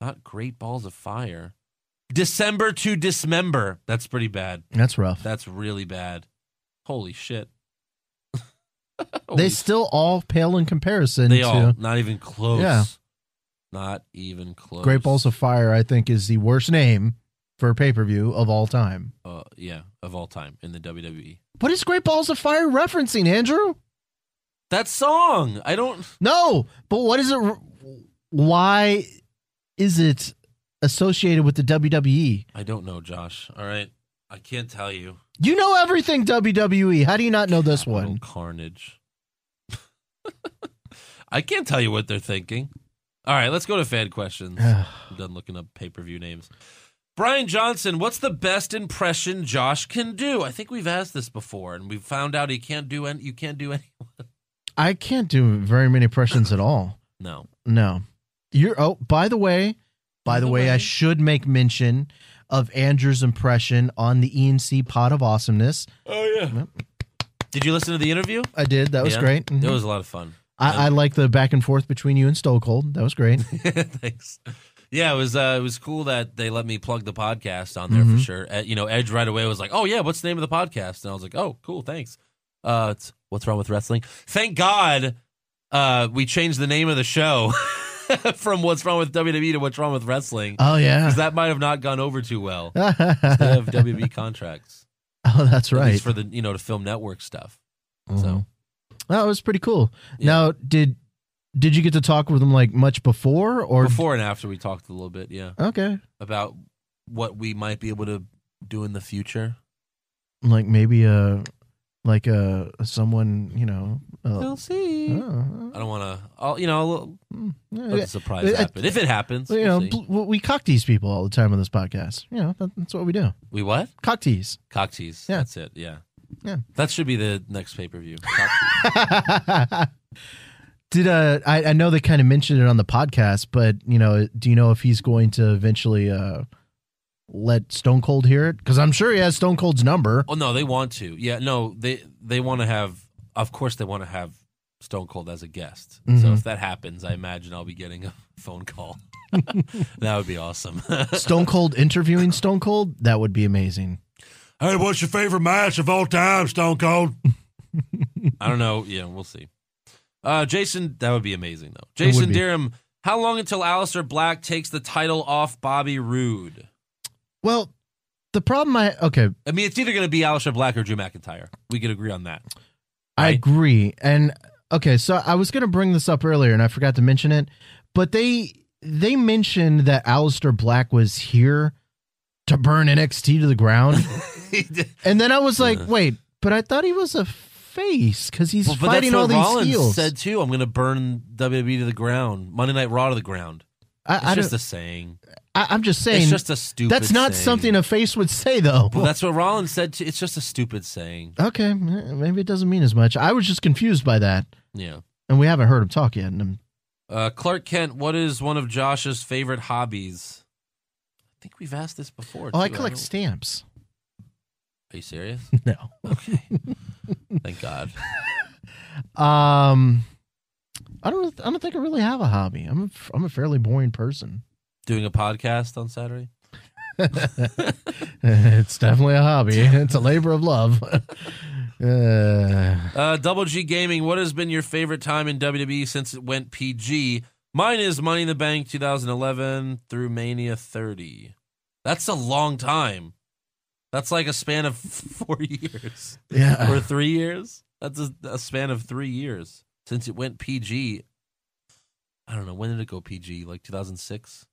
S1: Not Great Balls of Fire. December to Dismember. That's pretty bad.
S2: That's rough.
S1: That's really bad. Holy shit. (laughs)
S2: they
S1: Holy
S2: still all pale in comparison
S1: They
S2: to
S1: all not even close.
S2: Yeah.
S1: Not even close.
S2: Great Balls of Fire, I think, is the worst name for a pay per view of all time.
S1: uh, yeah of all time in the E. WWE.
S2: What is Great Balls of Fire referencing, Andrew?
S1: That song. I don't.
S2: No, but what is it? Why is it associated with the E? WWE?
S1: I don't know, Josh. All right, I can't tell you.
S2: You know everything WWE. How do you not know this
S1: Capital
S2: one? (sighs)
S1: Carnage. (laughs) I can't tell you what they're thinking. All right, let's go to fan
S2: (sighs)
S1: questions. I'm done looking up pay per view names. Brian Johnson, what's the best impression Josh can do? I think we've asked this before, and we found out he can't do any. You can't do any.
S2: I can't do very many impressions at all.
S1: No,
S2: No. You're oh, by the way, by the,
S1: the
S2: way, I
S1: way.
S2: should make mention of Andrew's impression on the ENC Pot of Awesomeness.
S1: Oh yeah. Did you listen to the interview?
S2: I did. That was
S1: Yeah.
S2: great. Mhm.
S1: It was a lot of fun.
S2: I, I like the back and forth between you and Stokehold. That
S1: (laughs)
S2: was great.
S1: Thanks. Yeah, it was uh, it was cool that they let me plug the podcast on there for
S2: Mhm.
S1: sure. Uh, you know, Edge right away was like, "Oh yeah, what's the name of the podcast?" And I was like, "Oh, cool, thanks." Uh, it's what's wrong with wrestling? Thank God, uh, we changed the name of the show (laughs) from what's wrong with WWE to what's wrong with wrestling
S2: Oh yeah.
S1: because that might have not gone over too well.
S2: (laughs)
S1: They have
S2: oh,
S1: WWE contracts,
S2: that's
S1: at
S2: right.
S1: least for the you know to film network stuff.
S2: Mhm.
S1: So
S2: that was pretty cool.
S1: Yeah.
S2: Now, did did you get to talk with him like much before or
S1: before and after, we talked a little bit, yeah,
S2: Okay,
S1: about what we might be able to do in the future.
S2: like maybe uh like uh someone you know. Uh,
S1: We'll see. I
S2: uh,
S1: don't want to. I'll you know I'll
S2: mm, yeah,
S1: let the surprise
S2: I-
S1: happen if it happens.
S2: you
S1: we'll
S2: know,
S1: see.
S2: bl- we- we cock tease people all the time on this podcast. You know, that, that's what we do.
S1: we what?
S2: Cock tease.
S1: Cock tease.
S2: Yeah.
S1: That's it. Yeah.
S2: Yeah.
S1: That should be the next pay per view. Cock
S2: (laughs) Did uh, I, I know they kind of mentioned it on the podcast, but you know, do you know if he's going to eventually uh let Stone Cold hear it? Because I'm sure he has Stone Cold's number.
S1: oh no, they want to. Yeah. No, they they want to have. Of course, they want to have Stone Cold as a guest. So
S2: Mhm.
S1: if that happens, I imagine I'll be getting a (laughs) phone call. that would be awesome.
S2: Stone Cold interviewing Stone Cold that would be amazing.
S1: hey, what's your favorite match of all time, Stone
S2: (laughs)
S1: Cold? I don't know. Yeah, we'll see. Uh, Jason, that would be amazing though.
S2: would
S1: Jason
S2: be.
S1: Derham, how long until Alistair Black takes the title off Bobby Roode?
S2: Well, the problem I okay,
S1: I mean, it's either going to be Alistair Black or Drew McIntyre. We could agree
S2: (laughs)
S1: on that.
S2: I
S1: Right.
S2: agree. And okay, so I was gonna bring this up earlier and I forgot to mention it, but they they mentioned that Alistair Black was here to burn NXT to
S1: (laughs)
S2: the ground. And then I was like,
S1: Yeah.
S2: wait, but I thought he was a face because he's
S1: Well, but that's
S2: fighting all
S1: what
S2: these
S1: Rollins
S2: heels.
S1: said too. I'm going to burn WWE to the ground. Monday Night Raw to the ground. It's
S2: I, I
S1: just
S2: don't-
S1: a saying.
S2: I, I'm just saying
S1: It's just a stupid.
S2: that's not
S1: saying.
S2: something a face would say, though.
S1: Well, that's what Rollins said. Too. It's just a stupid saying.
S2: okay, m- maybe it doesn't mean as much. I was just confused by that,
S1: Yeah.
S2: and we haven't heard him talk yet. And I'm-
S1: Uh, Clark Kent, what is one of Josh's favorite hobbies? I think we've asked this before.
S2: oh, I
S1: too.
S2: collect
S1: don't-
S2: stamps.
S1: Are you serious?
S2: (laughs) No.
S1: Okay. Thank God.
S2: Um, I don't. I don't think I really have a hobby. I'm. A, I'm a fairly
S1: (laughs)
S2: boring person. (laughs)
S1: Doing a podcast on Saturday.
S2: it's definitely a hobby. (laughs) It's a labor of love. (laughs) uh,
S1: Uh, Double G Gaming, what has been your favorite time in WWE since it went PG? Mine is Money in the Bank 2011 through Mania 30. That's a long time. That's like a span of (laughs) four years (laughs)
S2: yeah.
S1: or three years. That's a, a span of three years since it went PG. I don't know. When did it go PG? Like 2006?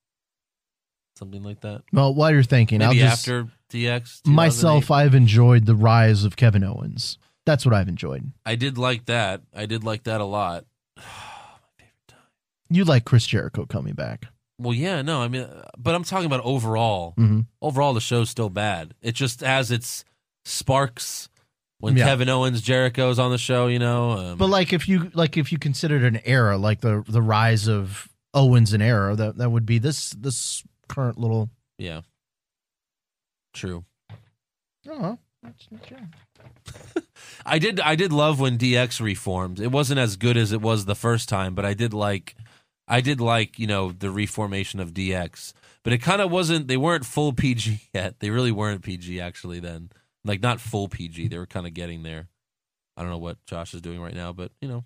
S1: something like that.
S2: Well, while you're thinking, I'll
S1: Maybe
S2: just
S1: after DX. 2008.
S2: myself. I've enjoyed the rise of Kevin Owens. That's what I've enjoyed.
S1: I did like that. I did like that a lot. (sighs) My favorite time.
S2: You like Chris Jericho coming back?
S1: Well, yeah, no, I mean, but I'm talking about overall.
S2: Mhm.
S1: Overall, the show's still bad. It just has its sparks when
S2: Yeah.
S1: Kevin Owens, Jericho's on the show, you know. Um,
S2: But like, if you like, if you considered an era, like the the rise of Owens and era, that that would be this this current little.
S1: yeah. True. Uh-huh.
S2: Oh,
S1: I did I did love when DX reformed. It wasn't as good as it was the first time, but I did like I did like, you know, the reformation of DX. But it kind of wasn't they weren't full PG (laughs) yet. They really weren't PG actually then. Like not full PG. They were kind of getting there. I don't know what Josh is doing right now, but you know.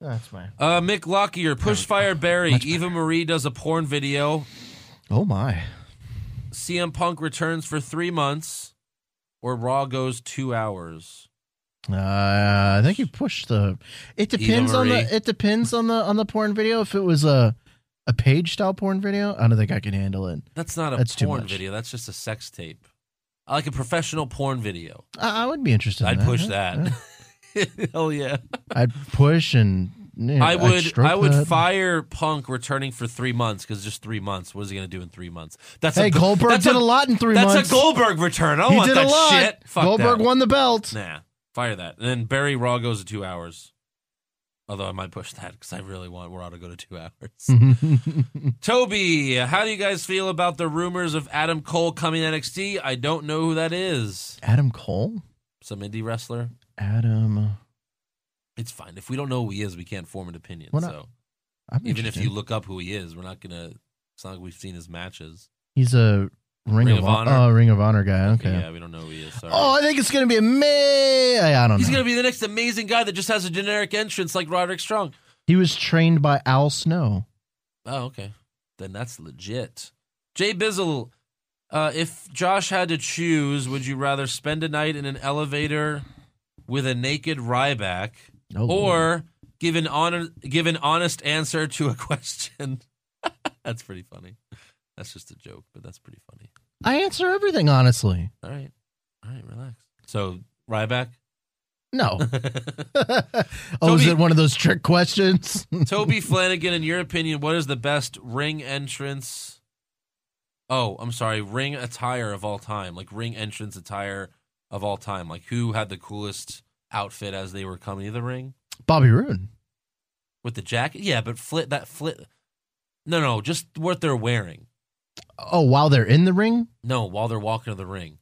S2: that's my.
S1: Uh Mick Lockyer, Push Fire Barry, Eva Marie does a porn video.
S2: Oh my.
S1: CM Punk returns for 3 months or Raw goes 2 hours.
S2: Uh, I think you pushed the. It depends on
S1: Marie.
S2: the. It depends on the on the porn video. If it was a a page style porn video, I don't think I can handle it.
S1: That's not a
S2: That's too
S1: porn
S2: much.
S1: video. That's just a sex tape. I like a professional porn video.
S2: I, I would be interested. in
S1: I'd
S2: that.
S1: push
S2: Yeah,
S1: that.
S2: yeah.
S1: (laughs) Hell yeah.
S2: I'd push and. you know,
S1: I
S2: I'd
S1: would
S2: stroke
S1: I would
S2: that.
S1: fire Punk returning for three months because just three months. What is he gonna do in three months? That's
S2: Hey,
S1: a, Go-
S2: Goldberg
S1: that's
S2: did a, lot in three
S1: That's
S2: months.
S1: a Goldberg return. I don't
S2: He
S1: want
S2: did
S1: that
S2: a lot.
S1: shit. Fuck
S2: Goldberg
S1: that.
S2: won the belt.
S1: Nah, fire that. And then Barry Raw goes to two hours. Although I might push that because I really want Raw to go to two
S2: Hmm.
S1: hours. Toby, how do you guys feel about the rumors of Adam Cole coming to NXT? I don't know who that is.
S2: (laughs) Adam Cole.
S1: Some indie wrestler.
S2: Adam. uh,
S1: It's fine. If we don't know who he is, we can't form an opinion.
S2: We're not
S1: so
S2: I'm
S1: even if
S2: interested.
S1: you look up who he is, we're not gonna. It's not like we've seen his matches.
S2: he's a Ring, of, Honor. Oh, Ring of Honor guy. Okay.
S1: Yeah, we don't know who he is. Sorry.
S2: Oh, I think it's gonna be a May. I don't
S1: He's
S2: know.
S1: gonna be the next amazing guy that just has a generic entrance like Roderick Strong.
S2: he was trained by Al Snow.
S1: Oh, okay. Then that's legit. Jay Bizzle, uh, if Josh had to choose, would you rather spend a night in an elevator with a naked Ryback
S2: Oh, Lord.
S1: or give an honor give an honest answer to a (laughs) question? that's pretty funny. That's just a joke, but that's pretty funny.
S2: I answer everything honestly.
S1: All right. All right, relax. So Ryback. (laughs)
S2: No. oh, is
S1: Toby-
S2: it one of those trick questions? (laughs)
S1: Toby Flanagan, in your opinion, what is the best ring entrance? Oh, I'm sorry, ring attire of all time, like ring entrance attire of all time. Like who had the coolest outfit as they were coming to the ring
S2: Bobby Roode.
S1: with the jacket? Yeah, but flit that flit. No, no, just what they're wearing.
S2: Oh, while they're in the ring,
S1: No, while they're walking to the ring,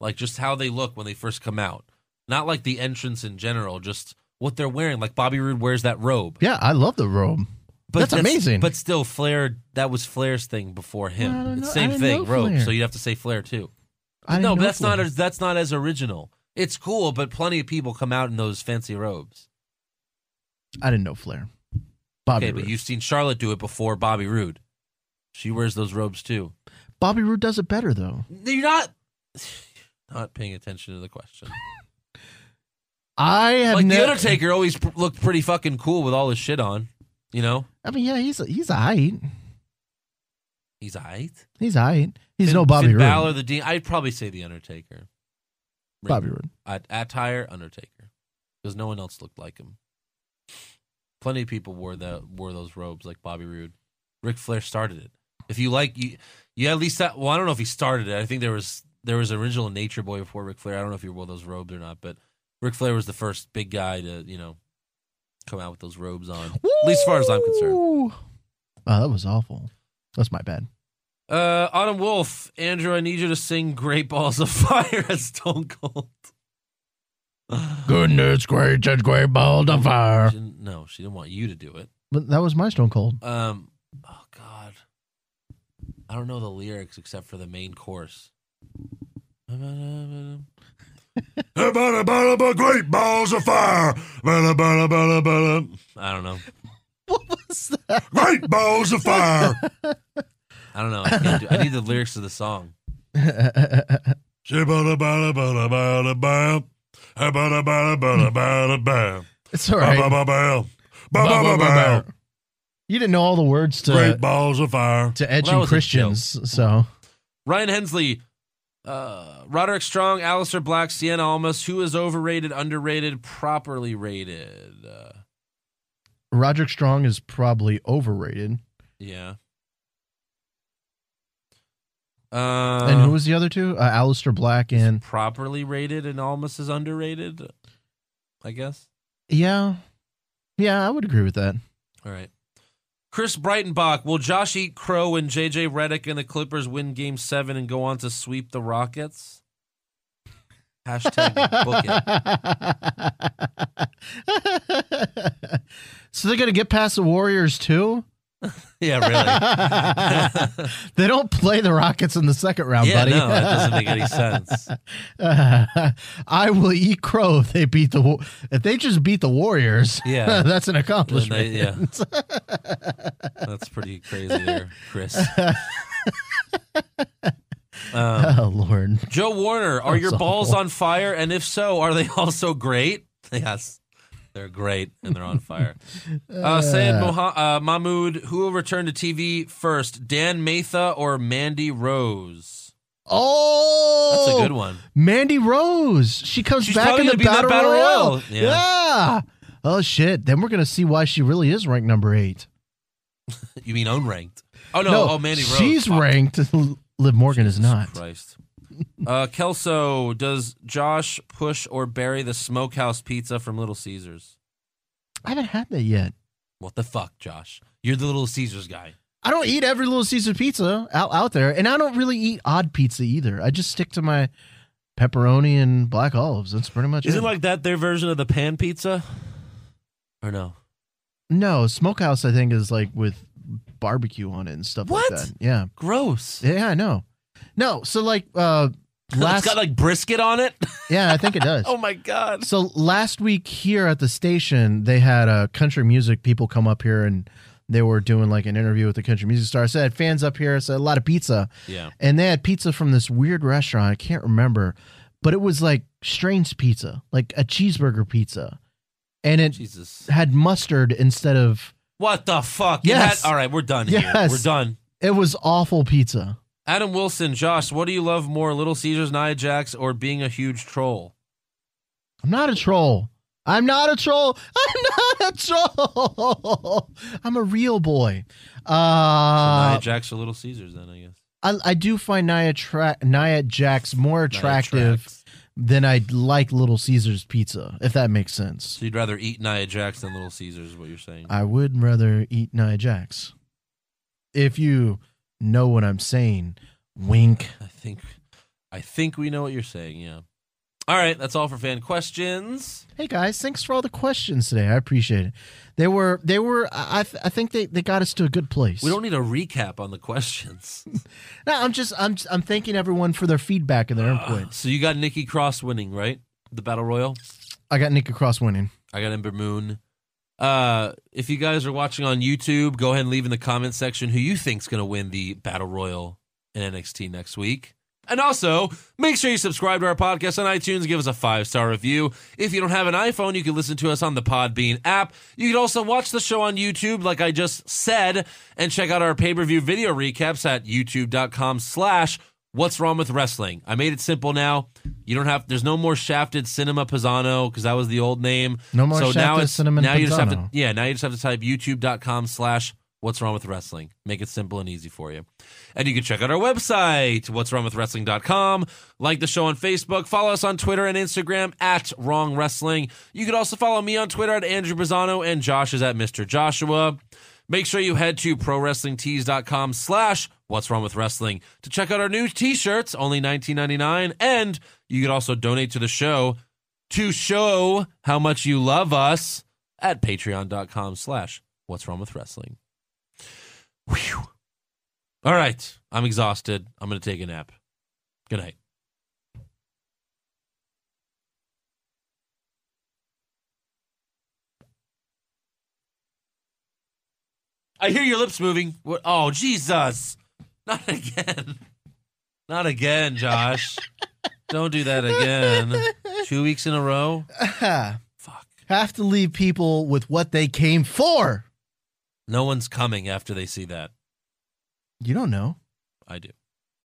S1: like just how they look when they first come out. Not like the entrance in general, just what they're wearing. Like Bobby Roode wears that robe.
S2: yeah, I love the robe.
S1: But
S2: That's amazing.
S1: But still, Flair, that was Flair's thing before
S2: I
S1: him.
S2: don't
S1: It's
S2: know- I
S1: same
S2: don't
S1: thing,
S2: know
S1: rope.
S2: Flair.
S1: So you'd have to say Flair too.
S2: I
S1: no,
S2: know
S1: but that's
S2: Flair.
S1: not as that's not as original. It's cool, but plenty of people come out in those fancy robes.
S2: I didn't know Flair. Bobby
S1: okay,
S2: Roode.
S1: but you've seen Charlotte do it before. Bobby Roode, she wears those robes too.
S2: Bobby Roode does it better though.
S1: You're not (sighs) not paying attention to the question.
S2: I have
S1: Like
S2: ne-
S1: the Undertaker always p- looked pretty fucking cool with all his shit on. You know,
S2: I mean, yeah, he's he's aight.
S1: he's aight.
S2: He's aight. He's
S1: Finn-
S2: no Bobby
S1: Finn
S2: Roode.
S1: Balor, the Dean. I'd probably say the Undertaker.
S2: Bobby Roode.
S1: at attire Undertaker because no one else looked like him. Plenty of people wore that wore those robes like Bobby Roode. Ric Flair started it. If you like, you you at least that. Well, I don't know if he started it. I think there was there was original Nature Boy before Ric Flair. I don't know if he wore those robes or not, but Ric Flair was the first big guy to you know come out with those robes on. At least as far as I'm concerned.
S2: Woo! Wow, that was awful. That's my bad.
S1: Uh, Autumn Wolf, Andrew, I need you to sing "Great Balls of Fire" at Stone Cold.
S2: Goodness gracious, great ball of fire.
S1: She didn't- no, she didn't want you to do it.
S2: But that was my Stone Cold. (laughs)
S1: Um, oh God, I don't know the lyrics except for the main chorus. Great balls of fire. I don't know.
S2: What was that?
S1: Great balls of (laughs) fire. I don't know. I, can't do, I need the lyrics of the song.
S2: (laughs) it's all right.
S3: Ba-ba-ba-bam.
S2: Ba- ba- ba-
S3: Ba-ba-ba-bam.
S2: ba- You didn't know all the words to
S1: balls of fire.
S2: to edging
S1: Well, that was a
S2: Christians, so
S1: Ryan Hensley, uh, Roderick Strong, Alistair Black, Sienna Almas. Who is overrated, underrated, properly rated? Uh,
S2: Roderick Strong is probably overrated.
S1: yeah. Uh,
S2: and who was the other two? Uh, Alistair Black and
S1: properly rated and Almas is underrated? I guess.
S2: yeah, yeah, I would agree with that.
S1: All right. Chris Breitenbach, will Josh eat crow and JJ Reddick and the Clippers win game seven and go on to sweep the Rockets?
S2: (laughs)
S1: Hashtag book it.
S2: (laughs) so they're gonna get past the Warriors too.
S1: Yeah, really.
S2: (laughs)
S1: (laughs)
S2: they don't play the Rockets in the second round,
S1: yeah,
S2: buddy.
S1: no, that doesn't make any sense.
S2: (laughs) I will eat crow if they beat the Wa- if they just beat the Warriors.
S1: Yeah.
S2: (laughs) that's an
S1: Then
S2: accomplishment.
S1: they- yeah. That's pretty crazy there,
S2: (laughs)
S1: Chris. Um,
S2: (laughs) Oh Lord,
S1: Joe Warner, are
S2: That's
S1: your balls
S2: awful.
S1: on fire? And if so, are they also great? (laughs) Yes, they're great and they're on
S2: (laughs)
S1: fire. Uh, Sayed Moha- uh, Mahmood, who will return to TV first, Dan Matha or Mandy Rose?
S2: oh,
S1: That's a good one.
S2: Mandy Rose, she comes
S1: She's
S2: Oh, back
S1: probably
S2: in
S1: gonna
S2: the
S1: be in that
S2: battle,
S1: battle
S2: royale.
S1: royale. Yeah.
S2: yeah. Oh shit! Then we're gonna see why she really is ranked number eight.
S1: You mean unranked? Oh no, oh Mandy Rose.
S2: She's
S1: Fuck.
S2: ranked. (laughs) Liv Morgan is
S1: Jesus
S2: not.
S1: Christ. Uh, Kelso, does Josh push or bury the smokehouse pizza from Little Caesars?
S2: I haven't had that yet.
S1: What the fuck, Josh? You're the Little Caesars guy.
S2: I don't eat every little Caesar pizza out, out there, and I don't really eat odd pizza either. I just stick to my pepperoni and black olives. That's pretty much
S1: Isn't like that their version of the pan pizza? Or no?
S2: no, smokehouse I think is like with barbecue on it and stuff
S1: What?
S2: like that. Yeah,
S1: Gross.
S2: yeah, I know. No, so like uh
S1: (laughs) it's
S2: last
S1: got like brisket on it.
S2: (laughs) yeah, I think it does.
S1: (laughs) oh my god.
S2: So last week here at the station, they had uh, country music people come up here and they were doing like an interview with the country music star. So I had fans up here. So I had a lot of pizza,
S1: Yeah.
S2: and they had pizza from this weird restaurant. I can't remember, but it was like strange pizza, like a cheeseburger pizza, and it
S1: Jesus.
S2: had mustard instead of.
S1: What the fuck? It
S2: Yes.
S1: had- all right, we're done here.
S2: Yes.
S1: We're done.
S2: It was awful pizza.
S1: Adam Wilson, Josh, what do you love more, Little Caesars, Nia Jax, or being a huge troll?
S2: I'm not a troll. I'm not a troll. (laughs) I'm not a troll. I'm a real boy. Uh,
S1: Nia Jax or Little Caesars, then I guess.
S2: I, I do find Nia, tra- Nia Jax more
S1: Nia
S2: attractive
S1: Jax.
S2: than I like Little Caesars pizza, if that makes sense.
S1: So you'd rather eat Nia Jax than Little Caesars, is what you're saying.
S2: I would rather eat Nia Jax. If you know what I'm saying, wink.
S1: I think I think we know what you're saying, yeah. All right, that's all for fan questions.
S2: Hey guys, thanks for all the questions today. I appreciate it. They were, they were. I, I th- I think they, they got us to a good place.
S1: We don't need a recap on the (laughs) questions.
S2: No, I'm just, I'm, I'm thanking everyone for their feedback and their
S1: Ah.
S2: input.
S1: Uh, So you got Nikki Cross winning, right? The Battle Royal.
S2: I got Nick Cross winning.
S1: I got Ember Moon. Uh, if you guys are watching on YouTube, go ahead and leave in the comment section who you think's going to win the Battle Royal in NXT next week. And also, make sure you subscribe to our podcast on iTunes. Give us a five star review. If you don't have an iPhone, you can listen to us on the Podbean app. You can also watch the show on YouTube, like I just said, and check out our pay per view video recaps at youtube.com/slash What's wrong with wrestling? I made it simple now. You don't have. There's no more shafted cinema Pisano because that was the old name.
S2: No more
S1: So now
S2: Shafted
S1: it's
S2: Cinnamon
S1: now you just have to
S2: Pisano.
S1: yeah now you just have to type YouTube.com/slash What's wrong with wrestling? Make it simple and easy for you. And you can check out our website, what's wrong with wrestling.com. Like the show on Facebook. Follow us on Twitter and Instagram at Wrong Wrestling. You can also follow me on Twitter at Andrew Bizzano and Josh is at Mr. Joshua. Make sure you head to prowrestlingtees.com slash what's wrong with wrestling to check out our new t-shirts, only $19.99. And you can also donate to the show to show how much you love us at patreon.com slash what's wrong with wrestling. Whew. All right. I'm exhausted. I'm going to take a nap. Good night. I hear your lips moving. What? Oh, Jesus. Not (laughs) again. Not again, Josh. Don't do that
S2: (laughs)
S1: again. Two weeks in a row?
S2: have
S1: Fuck.
S2: to leave people with what they came for.
S1: No one's coming after they see that.
S2: You don't know.
S1: I do.